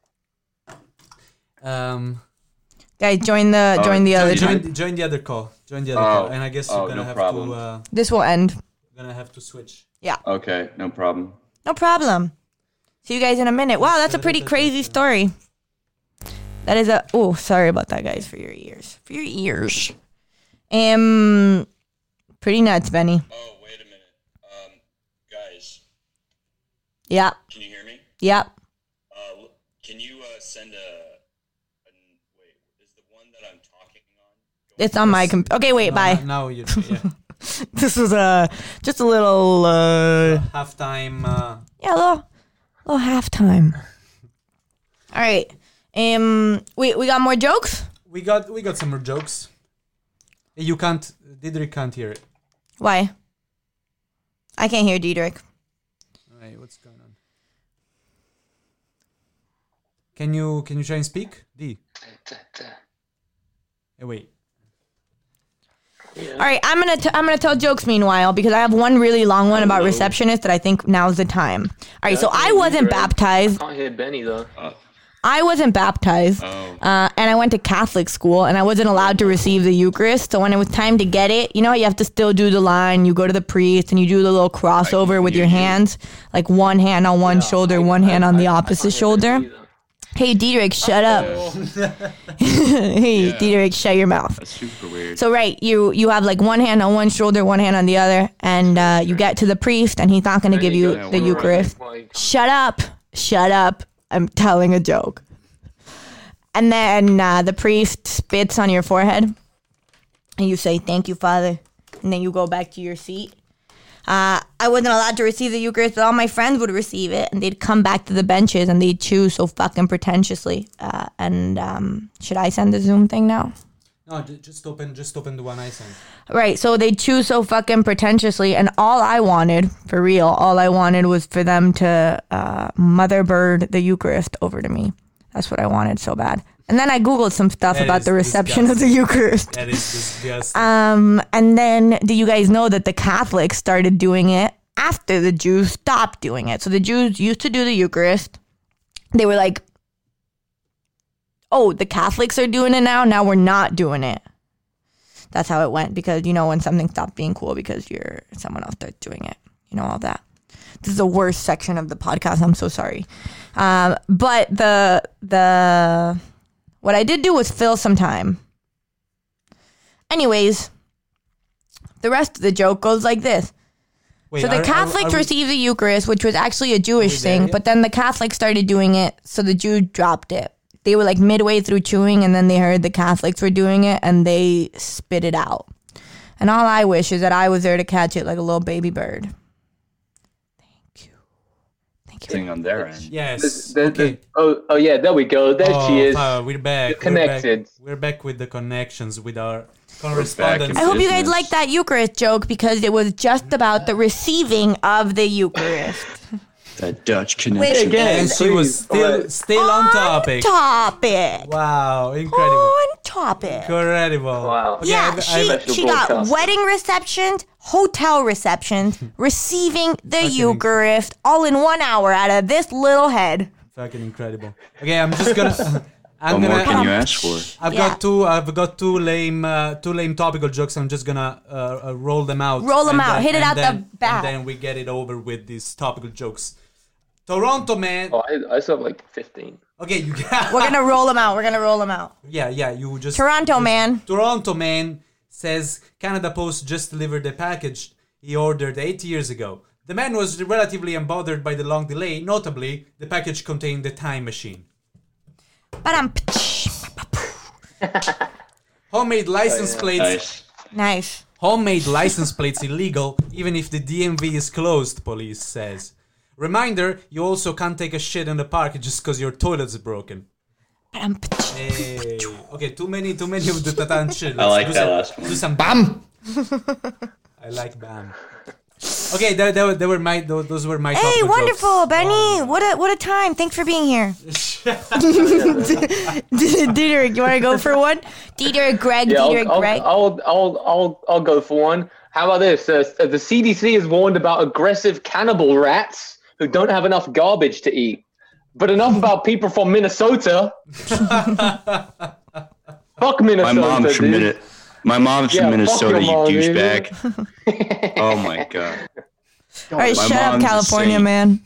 Speaker 6: Um,
Speaker 2: Guys, join the
Speaker 5: Oh,
Speaker 2: join the
Speaker 5: so
Speaker 2: other.
Speaker 5: you
Speaker 2: Join,
Speaker 6: join, join the other call. Join the other
Speaker 5: Oh.
Speaker 6: call, and I guess
Speaker 5: Oh,
Speaker 6: you're gonna
Speaker 5: no
Speaker 6: have
Speaker 5: problem.
Speaker 6: to uh,
Speaker 2: this will end.
Speaker 6: gonna have to switch.
Speaker 5: okay, no problem.
Speaker 2: No problem. See you guys in a minute. Wow, that's a pretty crazy story. That is a oh, sorry about that, guys, for your ears, for your ears. Um, pretty nuts, Benny.
Speaker 5: Oh, wait a minute. Um, guys,
Speaker 2: Yeah,
Speaker 5: can you hear me?
Speaker 2: yeah.
Speaker 5: Uh, can you uh, send a, Wait, is the one that I'm talking on
Speaker 2: It's on my comp- Okay, wait, bye.
Speaker 6: Now you do, yeah.
Speaker 2: This was uh, just a little, uh,
Speaker 6: halftime. Uh,
Speaker 2: yeah, a little, little halftime. All right. Um, we, we got more jokes?
Speaker 6: we got we got some more jokes. You can't. Didrik can't hear it.
Speaker 2: Why? I can't hear Diedrich.
Speaker 6: All right, what's going on? Can you can you try and speak, D? Eh, wait.
Speaker 2: All right, I'm gonna t- I'm gonna tell jokes meanwhile because I have one really long one about
Speaker 4: Hello.
Speaker 2: receptionists that I think now's the time. All right, so
Speaker 4: That's
Speaker 2: I
Speaker 4: gonna be
Speaker 2: wasn't
Speaker 4: great.
Speaker 2: baptized.
Speaker 4: Can't hear Benny though.
Speaker 2: I wasn't baptized, uh, and I went to Catholic school, and I wasn't allowed to receive the Eucharist. So when it was time to get it, you know, how you have to still do the line. You go to the priest, and you do the little crossover with your hands, like one hand on one shoulder, one hand on the opposite shoulder. Hey, Diedrich, shut up. hey, Diedrich, shut your mouth.
Speaker 5: That's super weird.
Speaker 2: So right, you you have like one hand on one shoulder, one hand on the other, and uh, you get to the priest, and he's not going to give you the Eucharist. Shut up! Shut up! I'm telling a joke. And then uh, the priest spits on your forehead, and you say, "Thank you, Father," and then you go back to your seat. Uh, I wasn't allowed to receive the Eucharist, but all my friends would receive it, and they'd come back to the benches and they'd chew so fucking pretentiously. Uh, and um, should I send the Zoom thing now?
Speaker 6: No, ju- just open just open the one I sent.
Speaker 2: Right, so they chew so fucking pretentiously, and all I wanted, for real, all I wanted was for them to uh, mother bird the Eucharist over to me. That's what I wanted so bad. And then I googled some stuff
Speaker 6: That
Speaker 2: about
Speaker 6: is
Speaker 2: the reception of
Speaker 6: disgusting.
Speaker 2: the Eucharist.
Speaker 6: That is disgusting.
Speaker 2: Um, and then, do you guys know that the Catholics started doing it after the Jews stopped doing it? So the Jews used to do the Eucharist. They were like, "Oh, the Catholics are doing it now. Now we're not doing it." That's how it went because you know when something stopped being cool because you're someone else that's doing it. You know all that. This is the worst section of the podcast. I'm so sorry. Um, but the the what I did do was fill some time. Anyways, the rest of the joke goes like this.
Speaker 6: wait,
Speaker 2: So
Speaker 6: are-
Speaker 2: the
Speaker 6: are-
Speaker 2: Catholics
Speaker 6: are we-
Speaker 2: received the Eucharist, which was actually a Jewish
Speaker 6: there
Speaker 2: thing,
Speaker 6: yet?
Speaker 2: but then the Catholics started doing it, so the Jew dropped it. They were like midway through chewing, and then they heard the Catholics were doing it, and they spit it out. And all I wish is that I was there to catch it like a little baby bird. Thank you. Thank you.
Speaker 5: Thing on their end.
Speaker 6: Yes.
Speaker 4: The- the-
Speaker 6: okay.
Speaker 4: oh, oh yeah, there we go. There she
Speaker 6: Oh,
Speaker 4: is.
Speaker 6: wow, we're back.
Speaker 4: You're
Speaker 6: we're back.
Speaker 4: connected.
Speaker 6: We're back, with the connections with our correspondence.
Speaker 2: I hope you guys
Speaker 5: Business.
Speaker 2: liked that Eucharist joke because it was just about the receiving of the Eucharist.
Speaker 5: That Dutch connection.
Speaker 4: again.
Speaker 6: And she
Speaker 4: Please,
Speaker 6: was still
Speaker 4: alright.
Speaker 6: still on topic.
Speaker 2: Topic.
Speaker 6: Wow, incredible.
Speaker 2: On topic.
Speaker 6: Incredible.
Speaker 4: Wow.
Speaker 6: Okay,
Speaker 2: Yeah,
Speaker 6: I've-
Speaker 2: she
Speaker 6: I've-
Speaker 4: Special
Speaker 2: she got
Speaker 4: broadcast.
Speaker 2: wedding receptions, hotel receptions, receiving the Eucharist all in one hour out of this little head.
Speaker 6: fucking incredible. Okay, I'm just gonna. I'm
Speaker 5: What more
Speaker 6: gonna.
Speaker 5: can you ask for?
Speaker 6: I've
Speaker 2: Yeah.
Speaker 6: got two. I've got two lame, uh, two lame topical jokes. I'm just gonna uh, uh, roll them out.
Speaker 2: Roll 'em
Speaker 6: and
Speaker 2: out.
Speaker 6: then-
Speaker 2: Hit it
Speaker 6: and
Speaker 2: out the
Speaker 6: then,
Speaker 2: bat.
Speaker 6: And then we get it over with these topical jokes. Toronto man.
Speaker 4: Oh, I, I still have like 15.
Speaker 6: Okay, you.
Speaker 2: We're gonna roll them out. We're gonna roll them out.
Speaker 6: yeah, yeah. You just
Speaker 2: Toronto man.
Speaker 6: Toronto man says Canada Post just delivered a package he ordered eight years ago. The man was relatively unbothered by the long delay. Notably, the package contained the time machine.
Speaker 2: Ba-dum.
Speaker 6: Homemade license plates.
Speaker 5: Nice.
Speaker 2: Nice.
Speaker 6: Homemade license plates illegal, even if the DMV is closed, police says. Reminder, you also can't take a shit in the park just because your toilet's broken.
Speaker 2: Ba-dum.
Speaker 6: Hey. Okay, too many, too many of the tatan shit. Let's
Speaker 5: I like
Speaker 6: do
Speaker 5: that
Speaker 6: some,
Speaker 5: last one.
Speaker 6: Do some bam. I like bam. Okay, that, that, were- that were my tho- those were my.
Speaker 2: Hey,
Speaker 6: topical
Speaker 2: wonderful,
Speaker 6: jokes.
Speaker 2: Benny. What a what a time. Thanks for being here. Dieter, you wanna go for one? Dieter, Greg,
Speaker 4: Yeah,
Speaker 2: Dieter,
Speaker 4: I'll, I'll,
Speaker 2: Greg.
Speaker 4: I'll, I'll, I'll, I'll go for one. How about this? Uh, the CDC has warned about aggressive cannibal rats who don't have enough garbage to eat. But enough about people from Minnesota. fuck
Speaker 5: My
Speaker 4: Minnesota.
Speaker 5: mom's from
Speaker 4: dude.
Speaker 5: Minnesota. My mom's
Speaker 4: Yeah,
Speaker 5: from
Speaker 4: fuck
Speaker 5: Minnesota,
Speaker 4: your
Speaker 5: you
Speaker 4: mom, dude.
Speaker 5: douchebag. oh my god.
Speaker 2: All right,
Speaker 5: my
Speaker 2: shut up,
Speaker 5: mom's a
Speaker 2: California
Speaker 5: saint.
Speaker 2: man.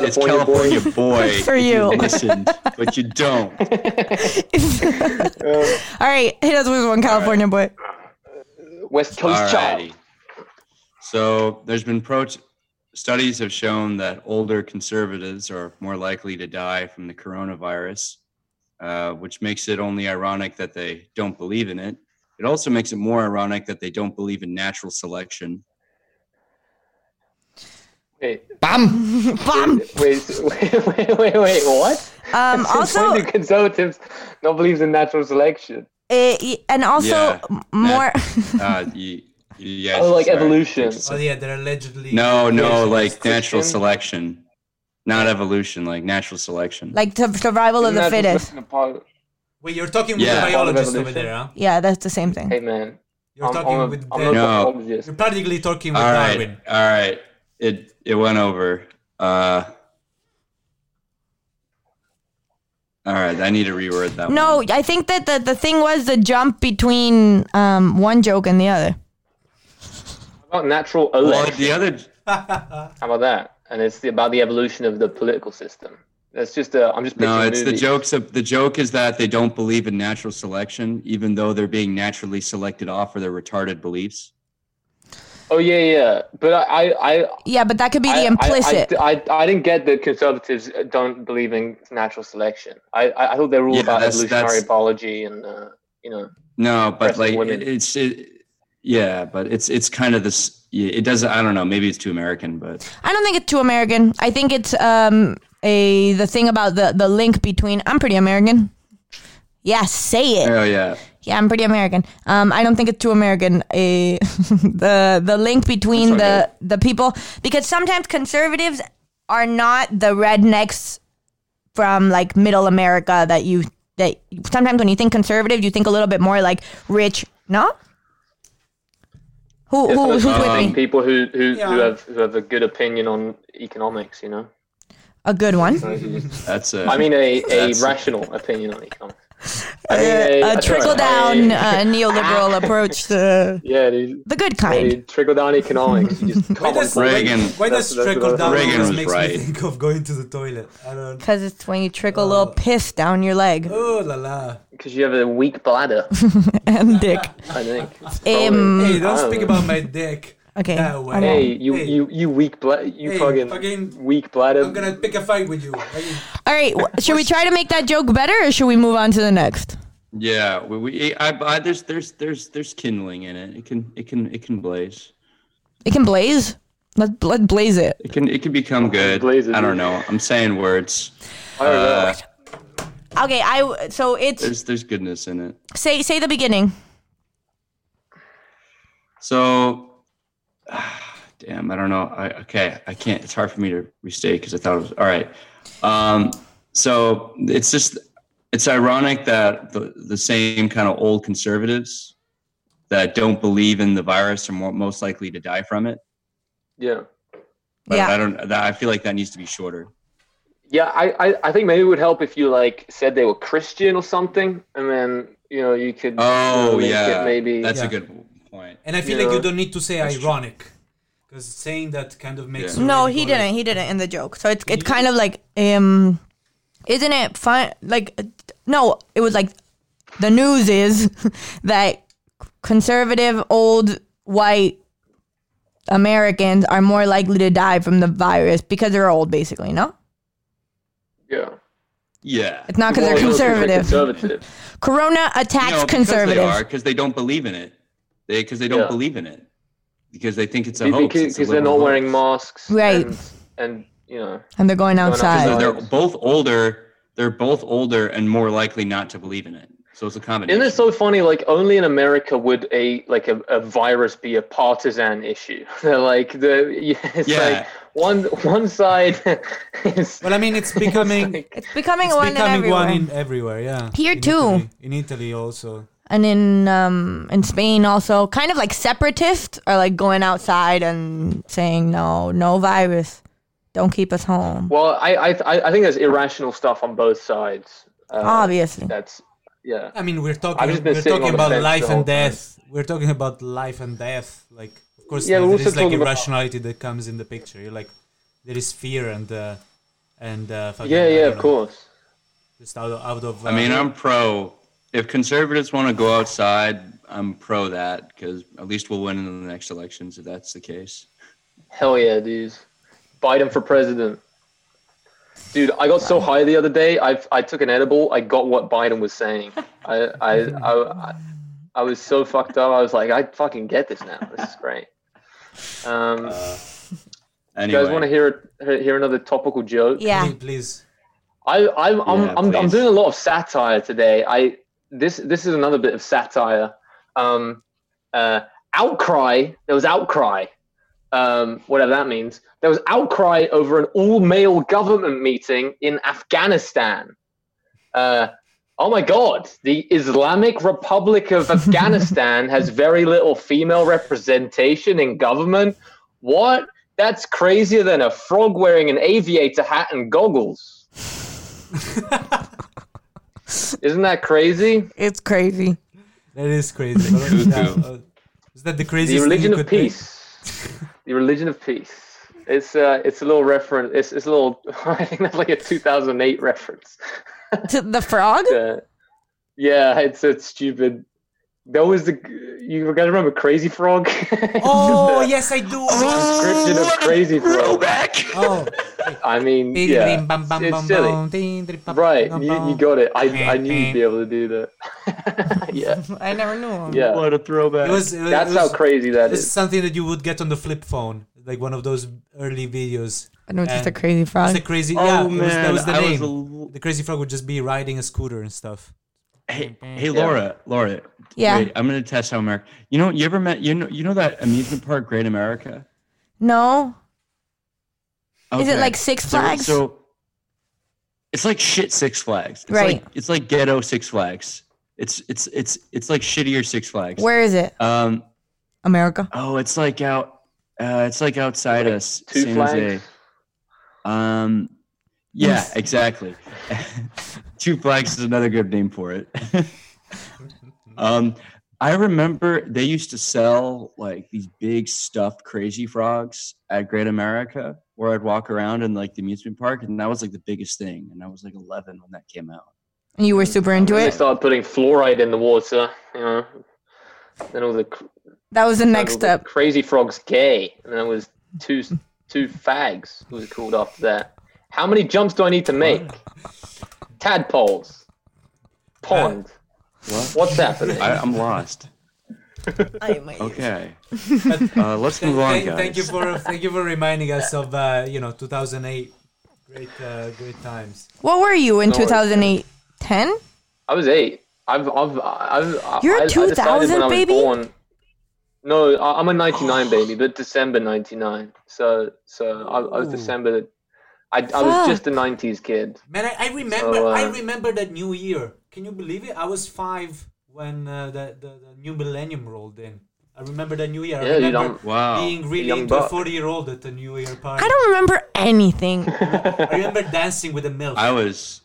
Speaker 5: It's
Speaker 4: California
Speaker 5: California boy.
Speaker 2: for you.
Speaker 5: listened, but you don't.
Speaker 2: All right, hit us with one California boy.
Speaker 4: West Coast child.
Speaker 5: Alrighty. So there's been pro studies have shown that older conservatives are more likely to die from the coronavirus. uh, which makes it only ironic that they don't believe in it. It also makes it more ironic that they don't believe in natural selection.
Speaker 4: Wait,
Speaker 1: Bam!
Speaker 2: Bam.
Speaker 4: wait, wait, wait, wait, wait what?
Speaker 2: Um, also,
Speaker 4: when do conservatives not believe in natural selection?
Speaker 2: eh, and also
Speaker 5: Yeah,
Speaker 2: m- more.
Speaker 5: Uh, you, you guys
Speaker 4: Oh, like
Speaker 5: are-
Speaker 4: evolution.
Speaker 6: Oh yeah, they're allegedly.
Speaker 5: No, no,
Speaker 4: Evolution is
Speaker 5: like natural
Speaker 4: Christian.
Speaker 5: selection, not evolution, like natural selection.
Speaker 2: like the survival of the
Speaker 4: Natural
Speaker 2: fittest.
Speaker 4: selection apart-
Speaker 6: Wait, you're talking with
Speaker 5: Yeah.
Speaker 6: a biologist over
Speaker 4: Evolution.
Speaker 6: there, huh?
Speaker 2: Yeah, that's the same thing.
Speaker 4: Hey man,
Speaker 6: You're
Speaker 4: I'm,
Speaker 6: talking
Speaker 4: I'm, a,
Speaker 6: with.
Speaker 4: I'm
Speaker 6: the-
Speaker 4: not a
Speaker 5: No.
Speaker 4: biologist.
Speaker 6: You're practically talking with
Speaker 5: all right,
Speaker 6: Darwin.
Speaker 5: all right. It it went over. Uh, all right, I need to reword that. one.
Speaker 2: No, I think that the, the thing was the jump between um, one joke and the other.
Speaker 4: About natural
Speaker 5: Well,
Speaker 4: election.
Speaker 5: the other
Speaker 4: How about that? And it's the, about the evolution of the political system. That's just a. I'm just pitching
Speaker 5: no, it's the
Speaker 4: movies.
Speaker 5: jokes of the joke is that they don't believe in natural selection, even though they're being naturally selected off for their retarded beliefs.
Speaker 4: Oh yeah, yeah. But I, I, I
Speaker 2: Yeah, but that could be the
Speaker 4: I-
Speaker 2: implicit.
Speaker 4: I, I, I, I didn't get that conservatives uh, don't believe in natural selection. I, I I thought they were all
Speaker 5: Yeah,
Speaker 4: about
Speaker 5: that's-
Speaker 4: evolutionary
Speaker 5: that's-
Speaker 4: biology and uh, you know.
Speaker 5: No, but
Speaker 4: Oppressing
Speaker 5: like
Speaker 4: women.
Speaker 5: it, it's it, yeah, but it's it's kind of this. yeah, It doesn't. I don't know. Maybe it's too American, but
Speaker 2: I don't think it's too American. I think it's um a the thing about the the link between I'm pretty American. Yeah, say it.
Speaker 5: oh yeah,
Speaker 2: Yeah, I'm pretty American. Um, I don't think it's too American. Uh, the the link between the the people because sometimes conservatives are not the rednecks from like middle America that you that sometimes when you think conservative you think a little bit more like rich. No. Who, who who's
Speaker 4: I
Speaker 5: Um,
Speaker 2: with
Speaker 4: think
Speaker 2: me?
Speaker 4: people who who, who
Speaker 6: Yeah.
Speaker 4: have who have a good opinion on economics, you know.
Speaker 2: A good one.
Speaker 5: that's a,
Speaker 4: I mean, a, a
Speaker 5: That's-
Speaker 4: rational opinion on economics. I mean,
Speaker 2: a,
Speaker 4: sorry,
Speaker 2: Uh, trickle down
Speaker 4: a-
Speaker 2: uh, neoliberal approach to
Speaker 4: yeah, dude.
Speaker 2: the good kind.
Speaker 4: trickle down economics. You just
Speaker 6: Why
Speaker 4: common
Speaker 6: does,
Speaker 4: sense.
Speaker 5: Reagan.
Speaker 6: why does
Speaker 4: That's- that's
Speaker 6: trickle
Speaker 4: what I-
Speaker 6: down
Speaker 5: Reagan
Speaker 6: always
Speaker 5: was
Speaker 6: makes
Speaker 5: right.
Speaker 6: me think of going to the toilet? I don't.
Speaker 2: Because it's when you trickle a
Speaker 4: Uh,
Speaker 2: little piss down your leg
Speaker 6: Oh la la.
Speaker 4: Because you have a weak bladder,
Speaker 2: and dick.
Speaker 4: I think. It's
Speaker 2: Um,
Speaker 4: probably-
Speaker 6: Hey, don't
Speaker 4: I
Speaker 6: speak
Speaker 4: know.
Speaker 6: about my dick.
Speaker 2: Okay,
Speaker 6: That way.
Speaker 2: I'm
Speaker 4: Hmm. Ah. Hey, you,
Speaker 6: Hey.
Speaker 4: you, you weak bladder. You
Speaker 6: Hey,
Speaker 4: fucking,
Speaker 6: fucking-
Speaker 4: weak bladder.
Speaker 6: I'm gonna pick a fight with you. Hey,
Speaker 2: All right, w- should we try to make that joke better or should we move on to the next?
Speaker 5: yeah. We, we I, I there's there's there's there's kindling in it. It can it can it can blaze.
Speaker 2: It can blaze. Let's let blaze it.
Speaker 5: It can it can become good.
Speaker 4: Blazes.
Speaker 5: I don't know. I'm saying words.
Speaker 4: I don't know.
Speaker 5: Uh,
Speaker 2: Okay, I w- so it's
Speaker 5: there's there's goodness in it.
Speaker 2: say say the beginning.
Speaker 5: So, damn, I don't know. I okay, I can't. It's hard for me to restate because I thought it was all right. Um, so it's just it's ironic that the the same kind of old conservatives that don't believe in the virus are more, most likely to die from it.
Speaker 4: Yeah.
Speaker 5: But
Speaker 2: Yeah.
Speaker 5: I don't. That, I feel like that needs to be shorter.
Speaker 4: Yeah, I, I, I think maybe it would help if you like said they were Christian or something, and then you know you could. you know,
Speaker 5: Oh
Speaker 4: link
Speaker 5: yeah,
Speaker 4: it maybe.
Speaker 5: that's
Speaker 6: Yeah.
Speaker 5: a good point.
Speaker 6: And I feel
Speaker 4: Yeah.
Speaker 6: like you don't need to say ironic, because saying that kind of makes.
Speaker 5: Yeah.
Speaker 6: you
Speaker 2: No,
Speaker 6: really
Speaker 2: he
Speaker 6: boring.
Speaker 2: didn't. He didn't in the joke. So it's it's kind of like um, isn't it fun? Like uh, no, it was like the news is that conservative old white Americans are more likely to die from the virus because they're old, basically. No,
Speaker 4: yeah.
Speaker 5: Yeah.
Speaker 2: it's not because
Speaker 4: Well,
Speaker 2: they're
Speaker 4: you know, 'cause
Speaker 2: conservative.
Speaker 4: conservative.
Speaker 2: Corona attacks
Speaker 5: Because they
Speaker 2: conservatives.
Speaker 5: are because they don't believe in it. They because they don't
Speaker 4: Yeah.
Speaker 5: believe in it because they think it's a hoax.
Speaker 4: Because,
Speaker 5: it's a
Speaker 4: because they're not
Speaker 5: liberal
Speaker 4: wearing
Speaker 5: hoax.
Speaker 4: masks.
Speaker 2: Right.
Speaker 4: And, and you know.
Speaker 2: and they're going
Speaker 4: up to
Speaker 2: outside.
Speaker 5: So
Speaker 4: the-
Speaker 5: they're
Speaker 4: Right.
Speaker 5: both older. They're both older and more likely not to believe in it. So it's a combination.
Speaker 4: Isn't it so funny? Like only in America would a like a, a virus be a partisan issue. They're like the yeah, it's
Speaker 5: Yeah.
Speaker 4: like one one side is
Speaker 6: Well, I mean, it's becoming
Speaker 2: It's becoming
Speaker 6: it's
Speaker 2: one
Speaker 6: becoming
Speaker 2: in everywhere.
Speaker 6: one in everywhere. Yeah.
Speaker 2: Here
Speaker 6: In
Speaker 2: too.
Speaker 6: Italy- in Italy also.
Speaker 2: and in um in Spain also kind of like separatists are like going outside and saying no no virus don't keep us home
Speaker 4: well, I I I I think there's irrational stuff on both sides. Uh,
Speaker 2: obviously
Speaker 4: That's yeah.
Speaker 6: I mean, we're
Speaker 4: I've
Speaker 6: talking
Speaker 4: just been
Speaker 6: we're
Speaker 4: sitting
Speaker 6: talking
Speaker 4: on the
Speaker 6: about
Speaker 4: fence
Speaker 6: life
Speaker 4: the whole
Speaker 6: and death. We're talking about life and death. Like, of course,
Speaker 4: Yeah,
Speaker 6: yeah,
Speaker 4: we're
Speaker 6: there
Speaker 4: also
Speaker 6: is like
Speaker 4: talking about-
Speaker 6: irrationality that comes in the picture. You're like, there is fear and uh, and uh, fucking,
Speaker 4: Yeah,
Speaker 6: I
Speaker 4: yeah,
Speaker 6: don't
Speaker 4: of
Speaker 6: know,
Speaker 4: course.
Speaker 6: Just out of, out of
Speaker 5: I mean,
Speaker 6: uh,
Speaker 5: I'm pro. If conservatives want to go outside, I'm pro that because at least we'll win in the next elections if that's the case.
Speaker 4: Hell yeah, dudes. Biden for president. Dude, I got so high the other day. I I took an edible. I got what Biden was saying. I I I, I, I was so fucked up. I was like, I fucking get this now. This is great. Um, you
Speaker 5: Anyway,
Speaker 4: guys want to hear hear another topical joke?
Speaker 2: Yeah.
Speaker 6: Please.
Speaker 4: I, I'm,
Speaker 5: Yeah,
Speaker 4: I'm, I'm, I'm
Speaker 5: please.
Speaker 4: doing a lot of satire today. I this this is another bit of satire. Um, uh, outcry. There was outcry. Um, whatever that means. There was outcry over an all-male government meeting in Afghanistan. Uh, oh my God! The Islamic Republic of Afghanistan has very little female representation in government. What? That's crazier than a frog wearing an aviator hat and goggles. Isn't that crazy?
Speaker 2: It's crazy.
Speaker 6: That is crazy.
Speaker 5: Cuckoo.
Speaker 6: Yeah, uh, Is that the
Speaker 4: The
Speaker 6: craziest thing
Speaker 4: religion of
Speaker 6: you could be?
Speaker 4: peace. The religion of peace. It's uh, it's a little reference. It's, it's a little. I think that's like a 2008 reference.
Speaker 2: To the frog?
Speaker 4: Uh, yeah, it's a stupid. That was the. You guys remember Crazy Frog?
Speaker 6: Oh, yes, I do.
Speaker 4: Description of Crazy Frog.
Speaker 6: Oh.
Speaker 4: I mean, yeah, it's, it's silly. Right, you, you got it. I, I knew you'd be able to do that. yeah,
Speaker 2: I never knew.
Speaker 4: yeah.
Speaker 5: what a throwback.
Speaker 6: It was, it
Speaker 4: That's
Speaker 6: was,
Speaker 4: how crazy that
Speaker 6: This is
Speaker 4: is.
Speaker 6: something that you would get on the flip phone, like one of those early videos.
Speaker 2: I know it's just a
Speaker 6: And
Speaker 2: crazy frog.
Speaker 6: It's the crazy.
Speaker 5: Oh
Speaker 6: yeah, it was,
Speaker 5: man,
Speaker 6: that was the
Speaker 5: I
Speaker 6: name.
Speaker 5: was. a-
Speaker 6: the crazy frog would just be riding a scooter and stuff.
Speaker 5: Hey, hey, Laura, Laura.
Speaker 2: Yeah.
Speaker 5: Wait, I'm gonna test how America. You know, you ever met? You know, you know that amusement park, Great America.
Speaker 2: no? Is it
Speaker 5: Okay.
Speaker 2: like Six
Speaker 5: So-
Speaker 2: Flags?
Speaker 5: So, it's like shit Six Flags. It's
Speaker 2: Right.
Speaker 5: Like, it's like ghetto Six Flags. It's it's it's it's like shittier Six Flags.
Speaker 2: Where is it?
Speaker 5: Um.
Speaker 2: America.
Speaker 5: Oh, it's like out. Uh, it's like outside us,
Speaker 4: Two
Speaker 5: San Jose.
Speaker 4: flags.
Speaker 5: Um. Yeah, exactly. Two flags is another good name for it. um, I remember they used to sell like these big stuffed crazy frogs at Great America, where I'd walk around in like the amusement park, and that was like the biggest thing. And I was like 11 when that came out.
Speaker 2: And you were super
Speaker 4: Then
Speaker 2: into
Speaker 4: They
Speaker 2: it?
Speaker 4: started putting fluoride in the water. You know, then all the cr- uh,
Speaker 2: That was the next
Speaker 4: all the
Speaker 2: step.
Speaker 4: Crazy Frog's gay, and then it was two two fags. Was it called after that? How many jumps do I need to make? Tadpoles, pond.
Speaker 5: What?
Speaker 4: What's happening?
Speaker 5: I, I'm lost. Okay. Uh, let's move on,
Speaker 6: Thank,
Speaker 5: guys.
Speaker 6: thank you for thank you for reminding us of uh, you know 2008. Great, uh, great times.
Speaker 2: What were you in
Speaker 4: No, it's-
Speaker 2: 2008? 10?
Speaker 4: I was eight. I've I've I've I-
Speaker 2: You're a
Speaker 4: I- I decided
Speaker 2: 2000
Speaker 4: when I was
Speaker 2: baby?
Speaker 4: born- No, I- I'm a '99 baby, but December '99. So so I, I was
Speaker 6: Ooh.
Speaker 4: December. I, I was just a '90s kid.
Speaker 6: Man, I, I remember
Speaker 4: So, uh,
Speaker 6: I remember that new year. Can you believe it? I was five when uh, the, the the new millennium rolled in. I remember that new year. I
Speaker 4: Yeah, you
Speaker 6: remember
Speaker 4: don't-
Speaker 5: Wow.
Speaker 6: being really
Speaker 4: young
Speaker 6: into a
Speaker 4: buck.
Speaker 6: 40 year old at the new year party.
Speaker 2: I don't remember anything.
Speaker 6: I remember dancing with a milk.
Speaker 5: I
Speaker 6: I
Speaker 5: was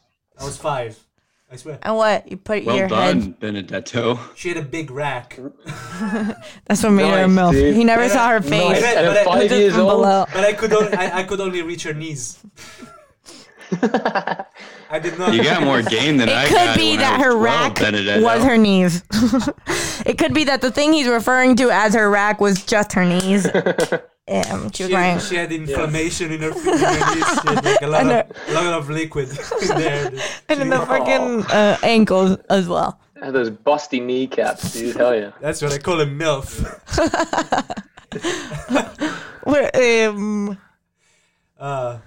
Speaker 6: was five. I swear.
Speaker 2: and what? You put
Speaker 5: well
Speaker 2: your
Speaker 5: done,
Speaker 2: head.
Speaker 5: Benedetto.
Speaker 6: She had a big rack.
Speaker 2: That's what made her a
Speaker 4: Nice,
Speaker 2: milf.
Speaker 4: dude.
Speaker 2: He never
Speaker 6: Yeah,
Speaker 2: saw her
Speaker 6: nice.
Speaker 2: face.
Speaker 6: But-
Speaker 4: And
Speaker 6: but I-
Speaker 4: at five
Speaker 2: Just
Speaker 4: years
Speaker 2: from
Speaker 4: old,
Speaker 2: below.
Speaker 6: But I could only I, I could only reach her knees. I did not.
Speaker 5: You got more game than I
Speaker 2: It
Speaker 5: got.
Speaker 2: could be
Speaker 5: when
Speaker 2: that
Speaker 5: I was
Speaker 2: her
Speaker 5: 12,
Speaker 2: rack
Speaker 5: Benedetto.
Speaker 2: was her knees. it could be that the thing he's referring to as her rack was just her knees. yeah, she was
Speaker 6: She,
Speaker 2: crying.
Speaker 6: she had inflammation in her in her knees. She had like a lot, of, lot of liquid in there.
Speaker 2: And in the freaking uh, ankles as well.
Speaker 4: I had those busty kneecaps, dude. Hell yeah.
Speaker 6: That's what I call a MILF.
Speaker 2: What, um,
Speaker 6: Uh,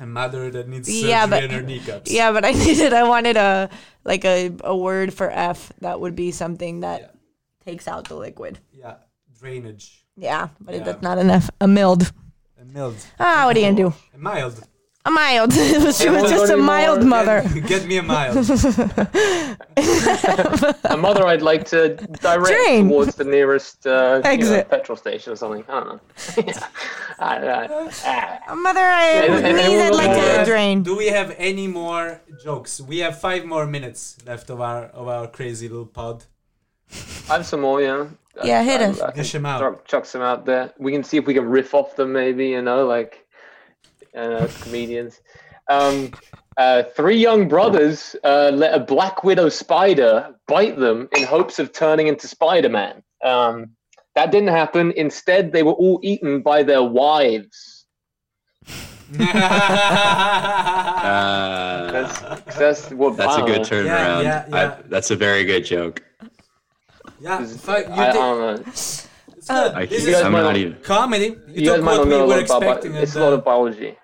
Speaker 6: a mother that needs surgery
Speaker 2: Yeah, but-
Speaker 6: in her kneecaps.
Speaker 2: yeah, but I needed, I wanted a, like a, a word for F that would be something that takes out the liquid.
Speaker 6: Yeah, Drainage.
Speaker 2: Yeah, but it,
Speaker 6: Yeah.
Speaker 2: that's not enough. A mild.
Speaker 6: A mild.
Speaker 2: Ah, what are you going to do?
Speaker 6: A mild.
Speaker 2: A mild. she was just a
Speaker 4: anymore.
Speaker 2: mild
Speaker 4: Yeah.
Speaker 2: mother.
Speaker 6: Get me a mild.
Speaker 4: A mother I'd like to direct
Speaker 2: Jane.
Speaker 4: towards the nearest uh, you know,
Speaker 2: Exit.
Speaker 4: petrol station or something. I don't know. yeah. I, I, ah.
Speaker 2: A mother, I
Speaker 4: and- and
Speaker 2: knees
Speaker 4: we'll
Speaker 2: I'd like
Speaker 4: go
Speaker 2: to
Speaker 4: back.
Speaker 2: drain.
Speaker 6: Do we have any more jokes? We have five more minutes left of our of our crazy little pod.
Speaker 4: I have some more, yeah. I-
Speaker 2: Yeah, hit
Speaker 4: I-
Speaker 2: us.
Speaker 4: I can
Speaker 6: Dish 'em out.
Speaker 4: throw- chuck some out there. We can see if we can riff off them, maybe, you know, like uh, comedians. Um, uh, three young brothers uh, let a black widow spider bite them in hopes of turning into Spider Man. Um, that didn't happen. Instead, they were all eaten by their wives.
Speaker 5: Uh,
Speaker 4: That's that's what.
Speaker 5: that's a good
Speaker 4: turn.
Speaker 5: turnaround.
Speaker 6: yeah, yeah.
Speaker 5: I, that's a very good joke.
Speaker 6: yeah, fuck, you
Speaker 4: I, I
Speaker 6: take-
Speaker 4: don't know.
Speaker 6: it's good.
Speaker 5: I,
Speaker 6: this
Speaker 5: keep-
Speaker 6: is
Speaker 5: I'm
Speaker 4: my-
Speaker 5: not even.
Speaker 6: comedy. You,
Speaker 4: You guys
Speaker 6: took
Speaker 4: might
Speaker 6: what
Speaker 4: not
Speaker 6: we
Speaker 4: know a
Speaker 6: were
Speaker 4: lot about. bi-
Speaker 6: expecting.
Speaker 4: It's a
Speaker 6: and,
Speaker 4: lot
Speaker 6: uh,
Speaker 4: of biology.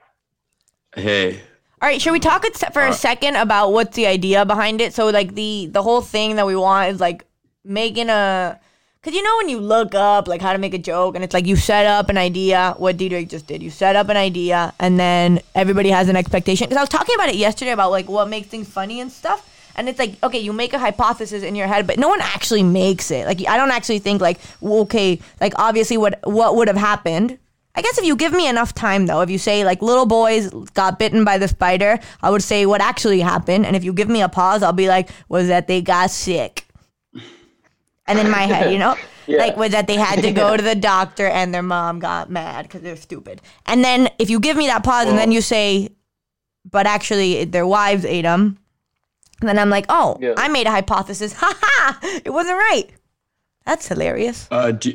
Speaker 5: Hey,
Speaker 2: All right, should we talk a se- for a second about what's the idea behind it? So, like the the whole thing that we want is like making a, cause you know when you look up like how to make a joke, and it's like you set up an idea. What D Drake just did, you set up an idea, and then everybody has an expectation. Cause I was talking about it yesterday about like what makes things funny and stuff. And it's like, okay, you make a hypothesis in your head, but no one actually makes it. Like, I don't actually think like, well, okay, like obviously what what would have happened. I guess if you give me enough time though, if you say like little boys got bitten by the spider, I would say what actually happened. And if you give me a pause, I'll be like, was that they got sick. And in my head, you know, like was that they had to go to the doctor and their mom got mad because they're stupid. And then if you give me that pause and then you say, but actually it- their wives ate them, then I'm like, oh,
Speaker 4: Yeah.
Speaker 2: I made a hypothesis. Ha ha! It wasn't right. That's hilarious.
Speaker 5: uh, do,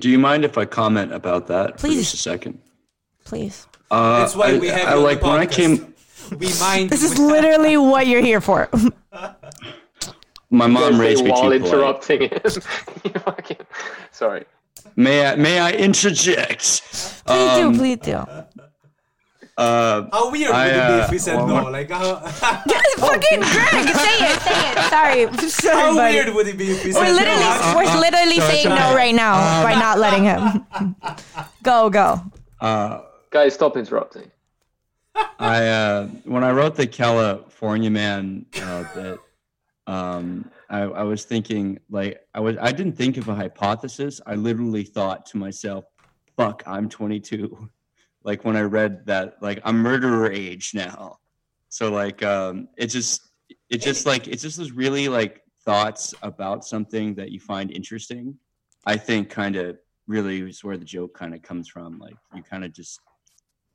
Speaker 5: do you mind if I comment about that for
Speaker 2: Please.
Speaker 5: just a second?
Speaker 2: Please.
Speaker 5: Uh,
Speaker 6: That's why
Speaker 5: I,
Speaker 6: we have
Speaker 5: I
Speaker 6: you on
Speaker 5: like
Speaker 6: the
Speaker 5: when I
Speaker 6: podcast.
Speaker 5: came.
Speaker 6: we mind.
Speaker 2: This is literally what you're here for.
Speaker 5: My mom
Speaker 4: Basically,
Speaker 5: raised me
Speaker 4: while
Speaker 5: to be polite.
Speaker 4: interrupting him. You fucking- Sorry.
Speaker 5: May I? May I interject?
Speaker 2: Please
Speaker 6: Um,
Speaker 2: do, please do.
Speaker 5: Uh,
Speaker 6: how weird
Speaker 5: I,
Speaker 6: would it be
Speaker 5: uh,
Speaker 6: if we said no? Like how,
Speaker 2: Fucking Greg, say it, say it. Sorry, I'm sorry,
Speaker 6: oh, how
Speaker 2: buddy.
Speaker 6: weird would it be if we said
Speaker 2: We're literally,
Speaker 6: no? I-
Speaker 2: we're literally saying no right now
Speaker 6: Um,
Speaker 2: by not letting him. go, go.
Speaker 4: Guys, stop interrupting.
Speaker 5: Uh, I uh, when I wrote the California Man uh, bit, um, I, I was thinking like I was I didn't think of a hypothesis. I literally thought to myself, "Fuck, I'm 22." Like when I read that, like I'm murderer age now. So like um, it just it just like it's just those really like thoughts about something that you find interesting. I think kind of really is where the joke kind of comes from. Like you kind of just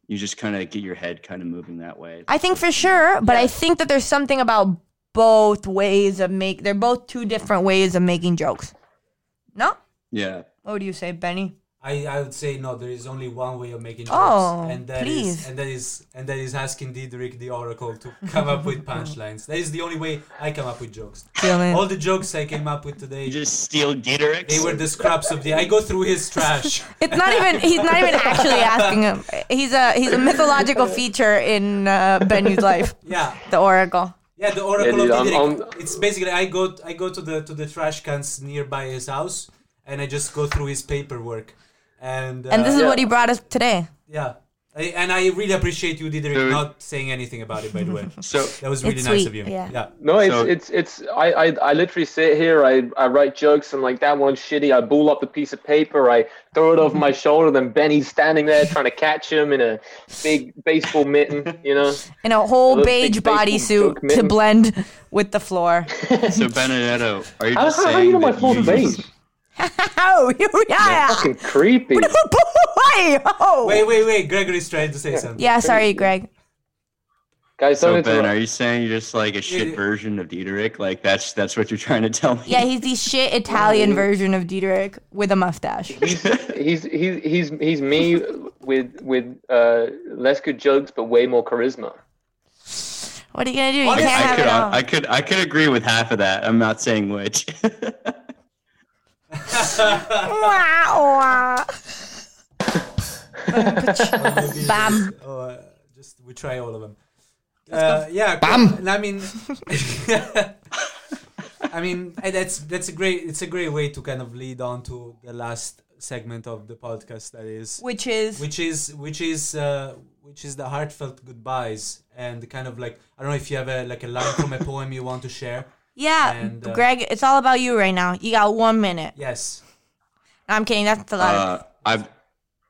Speaker 5: you just kind of get your head kind of moving that way.
Speaker 2: I think for sure, but I think that there's something about both ways of make. They're both two different ways of making jokes. No,
Speaker 5: Yeah.
Speaker 2: what would you say, Benny?
Speaker 6: I, I would say no. There is only one way of making jokes,
Speaker 2: Oh,
Speaker 6: and that is
Speaker 2: please.
Speaker 6: and that is and that is asking Diedrich the Oracle to come up with punchlines. That is the only way I come up with jokes.
Speaker 2: Feeling.
Speaker 6: All the jokes I came up with today,
Speaker 5: You just steal Dieterix?
Speaker 6: they were the scraps of the. I go through his trash.
Speaker 2: It's not even. He's not even actually asking him. He's a he's a mythological feature in uh, Benny's life.
Speaker 6: Yeah,
Speaker 2: The Oracle.
Speaker 6: Yeah, the Oracle
Speaker 4: dude,
Speaker 6: of
Speaker 4: I'm-
Speaker 6: Diederik.
Speaker 4: I'm-
Speaker 6: It's basically I go I go to the to the trash cans nearby his house and I just go through his paperwork. And uh,
Speaker 2: And this is
Speaker 4: Yeah.
Speaker 2: what he brought us today.
Speaker 6: yeah. I, and I really appreciate you, Diederik,
Speaker 5: Dude.
Speaker 6: not saying anything about it. By the way,
Speaker 5: so
Speaker 6: that was really
Speaker 2: It's
Speaker 6: nice
Speaker 2: sweet,
Speaker 6: of you.
Speaker 2: yeah.
Speaker 4: No, it's
Speaker 5: So-
Speaker 4: it's it's. I, I I literally sit here. I I write jokes. I'm like that one's shitty. I ball up the piece of paper. I throw it off my shoulder. Then Benny's standing there trying to catch him in a big baseball mitten. You know.
Speaker 2: in a whole
Speaker 4: Those
Speaker 2: beige
Speaker 4: big baseball silk
Speaker 2: bodysuit to
Speaker 4: mittens.
Speaker 2: blend with the floor.
Speaker 5: so Benedetto, are you
Speaker 4: How,
Speaker 5: just
Speaker 4: how,
Speaker 5: saying
Speaker 4: how you know my
Speaker 5: that
Speaker 4: full
Speaker 5: you
Speaker 4: name?
Speaker 5: use-
Speaker 2: Oh, yeah.
Speaker 4: Fucking creepy.
Speaker 2: Boy, oh.
Speaker 6: Wait, wait, wait. Gregory's trying to say something.
Speaker 2: Yeah, sorry, Greg.
Speaker 4: Guys, don't
Speaker 5: So Ben,
Speaker 4: interrupt.
Speaker 5: are you saying you're just like a
Speaker 6: yeah.
Speaker 5: shit version of Dieterich? Like that's that's what you're trying to tell me?
Speaker 2: Yeah, he's the shit Italian version of Diederik with a mustache.
Speaker 4: he's he's he's he's me with with uh, less good jokes but way more charisma.
Speaker 2: What are you gonna do? You
Speaker 6: Honestly,
Speaker 2: can't
Speaker 5: I
Speaker 2: have
Speaker 5: could uh,
Speaker 2: it all.
Speaker 5: I could I could agree with half of that. I'm not saying which.
Speaker 2: Wah, wah. Bam.
Speaker 6: Oh, uh, just we try all of them. Uh, yeah, Bam. I mean, I mean eh, that's that's a great it's a great way to kind of lead on to the last segment of the podcast that is
Speaker 2: Which is
Speaker 6: which is which is uh, which is the heartfelt goodbyes and kind of like I don't know if you have a like a line from a poem you want to share.
Speaker 2: yeah,
Speaker 6: and, uh,
Speaker 2: Greg. It's all about you right now. You got one minute.
Speaker 6: Yes.
Speaker 2: No, I'm kidding. That's a lot.
Speaker 5: Uh, I've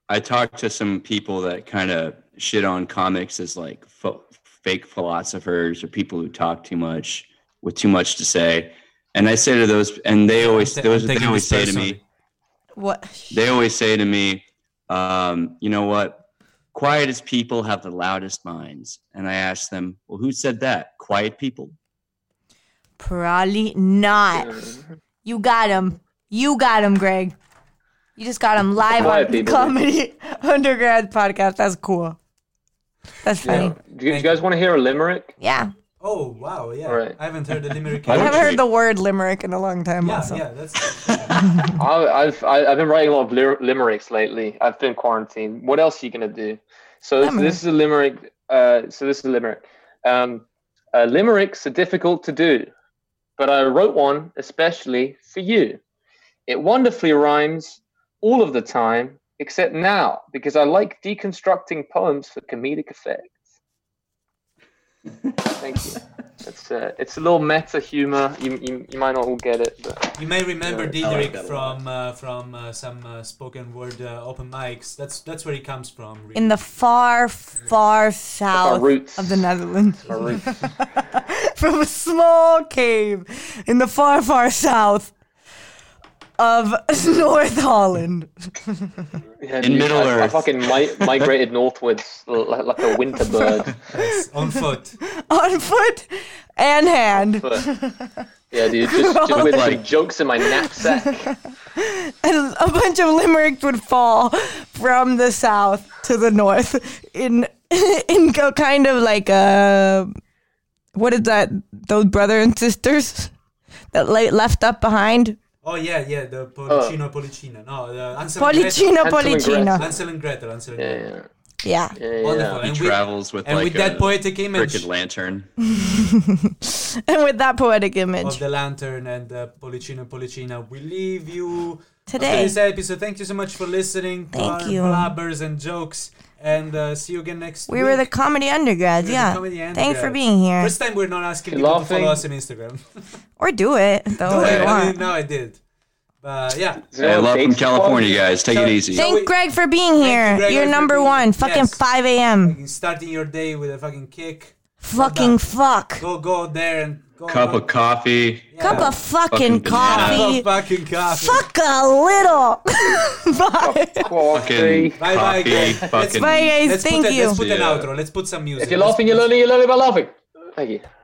Speaker 5: I talked to some people that kind of shit on comics as like pho- fake philosophers or people who talk too much with too much to say, and I say to those, and they always
Speaker 6: I'm
Speaker 5: those they
Speaker 6: taking
Speaker 5: always
Speaker 6: this
Speaker 5: say to
Speaker 6: personally.
Speaker 5: me,
Speaker 2: what?
Speaker 5: they always say to me, um, you know what? Quietest people have the loudest minds, and I ask them, well, who said that? Quiet people?
Speaker 2: Probably not. You got him. You got him, Greg. You just got him live
Speaker 4: Why,
Speaker 2: on the
Speaker 4: people?
Speaker 2: Comedy Undergrad podcast. That's cool. That's funny. Yeah.
Speaker 4: Do you, do you guys want to hear a limerick?
Speaker 6: Oh wow, yeah.
Speaker 4: All right.
Speaker 6: I haven't heard the limerick.
Speaker 5: I
Speaker 2: I
Speaker 5: would
Speaker 6: yet.
Speaker 2: haven't
Speaker 5: Okay.
Speaker 2: heard the word limerick in a long time.
Speaker 6: Yeah,
Speaker 2: also.
Speaker 6: yeah, that's
Speaker 4: I, I've I, I've been writing a lot of lir- limericks lately. I've been quarantined. What else are you gonna do? So this,
Speaker 2: Limerick.
Speaker 4: this is a limerick. Uh, so this is a limerick. Um, uh, limericks are difficult to do, but I wrote one especially for you. It wonderfully rhymes all of the time, except now because I like deconstructing poems for comedic effect. Thank you. It's a, it's a little meta humor. You, you, you might not all get it, but.
Speaker 6: You may remember
Speaker 5: Yeah, I like
Speaker 6: Diederik
Speaker 5: that a lot.
Speaker 6: from uh, from uh, some uh, spoken word uh, open mics. That's that's where he comes from. Really.
Speaker 2: In the far, far south
Speaker 4: roots.
Speaker 2: of the Netherlands.
Speaker 4: my roots.
Speaker 2: From a small cave in the far, far south of North Holland.
Speaker 4: Yeah,
Speaker 5: In
Speaker 4: dude,
Speaker 5: Middle
Speaker 4: I, I
Speaker 5: Earth.
Speaker 4: fucking mi- migrated northwards l- like, like a winter bird.
Speaker 6: on foot.
Speaker 2: On foot and hand.
Speaker 4: But, yeah, dude, just, just with like jokes in my knapsack.
Speaker 2: And a bunch of limericks would fall from the south to the north in in a kind of like a what is that? Those brother and sisters that la- left up behind.
Speaker 6: Oh yeah, yeah. The Policino, Policina. No, the Ansel and
Speaker 2: Policino,
Speaker 4: Hansel and
Speaker 6: Gretel.
Speaker 2: Policino.
Speaker 6: Ansel and Gretel. Ansel and
Speaker 4: Yeah,
Speaker 6: Gretel.
Speaker 4: yeah,
Speaker 2: Yeah.
Speaker 4: yeah,
Speaker 6: Wonderful.
Speaker 4: yeah.
Speaker 5: He
Speaker 6: And with-
Speaker 5: travels with
Speaker 6: And
Speaker 5: like
Speaker 6: with that
Speaker 5: a
Speaker 6: poetic image
Speaker 5: frickin' lantern.
Speaker 2: And with that poetic image.
Speaker 6: of the lantern and the Policino, Policina, we leave you
Speaker 2: Today.
Speaker 6: After this episode, thank you so much for listening. to
Speaker 2: Thank
Speaker 6: our
Speaker 2: you.
Speaker 6: Blabbers and jokes, and uh, see you again next
Speaker 2: We
Speaker 6: week.
Speaker 2: were the comedy undergrads,
Speaker 6: We're the
Speaker 2: yeah.
Speaker 6: comedy
Speaker 2: Thanks for
Speaker 6: undergrads.
Speaker 2: being here.
Speaker 6: First time we're not asking
Speaker 4: You're
Speaker 6: people to
Speaker 4: laughing.
Speaker 6: follow us on Instagram.
Speaker 2: Or do it, though, if you
Speaker 6: I mean,
Speaker 2: want.
Speaker 6: no, I did. But yeah.
Speaker 5: Hey, love from California, guys. Take it
Speaker 6: So-
Speaker 5: easy.
Speaker 6: so-
Speaker 2: Thank Greg for being here.
Speaker 6: Greg,
Speaker 2: You're
Speaker 6: for
Speaker 2: number
Speaker 6: being-
Speaker 2: one. Fucking
Speaker 6: yes.
Speaker 2: 5 a.m.
Speaker 6: starting your day with a fucking kick.
Speaker 2: Fucking fuck.
Speaker 6: Go go there and go
Speaker 5: Cup of coffee.
Speaker 2: Cup of fucking
Speaker 5: Fucking
Speaker 6: Cup
Speaker 2: coffee.
Speaker 6: of fucking coffee.
Speaker 2: Fuck a little. Bye.
Speaker 5: Fucking
Speaker 4: Coffee.
Speaker 6: Bye bye,
Speaker 5: coffee.
Speaker 6: guys.
Speaker 5: Fucking
Speaker 2: Bye, guys.
Speaker 6: Let's
Speaker 2: Thank
Speaker 6: put a,
Speaker 2: you.
Speaker 6: let's put an
Speaker 5: Yeah.
Speaker 6: outro. Let's put some music.
Speaker 4: If you're
Speaker 6: Let's
Speaker 4: laughing, you're learning, you're learning by laughing. Thank you.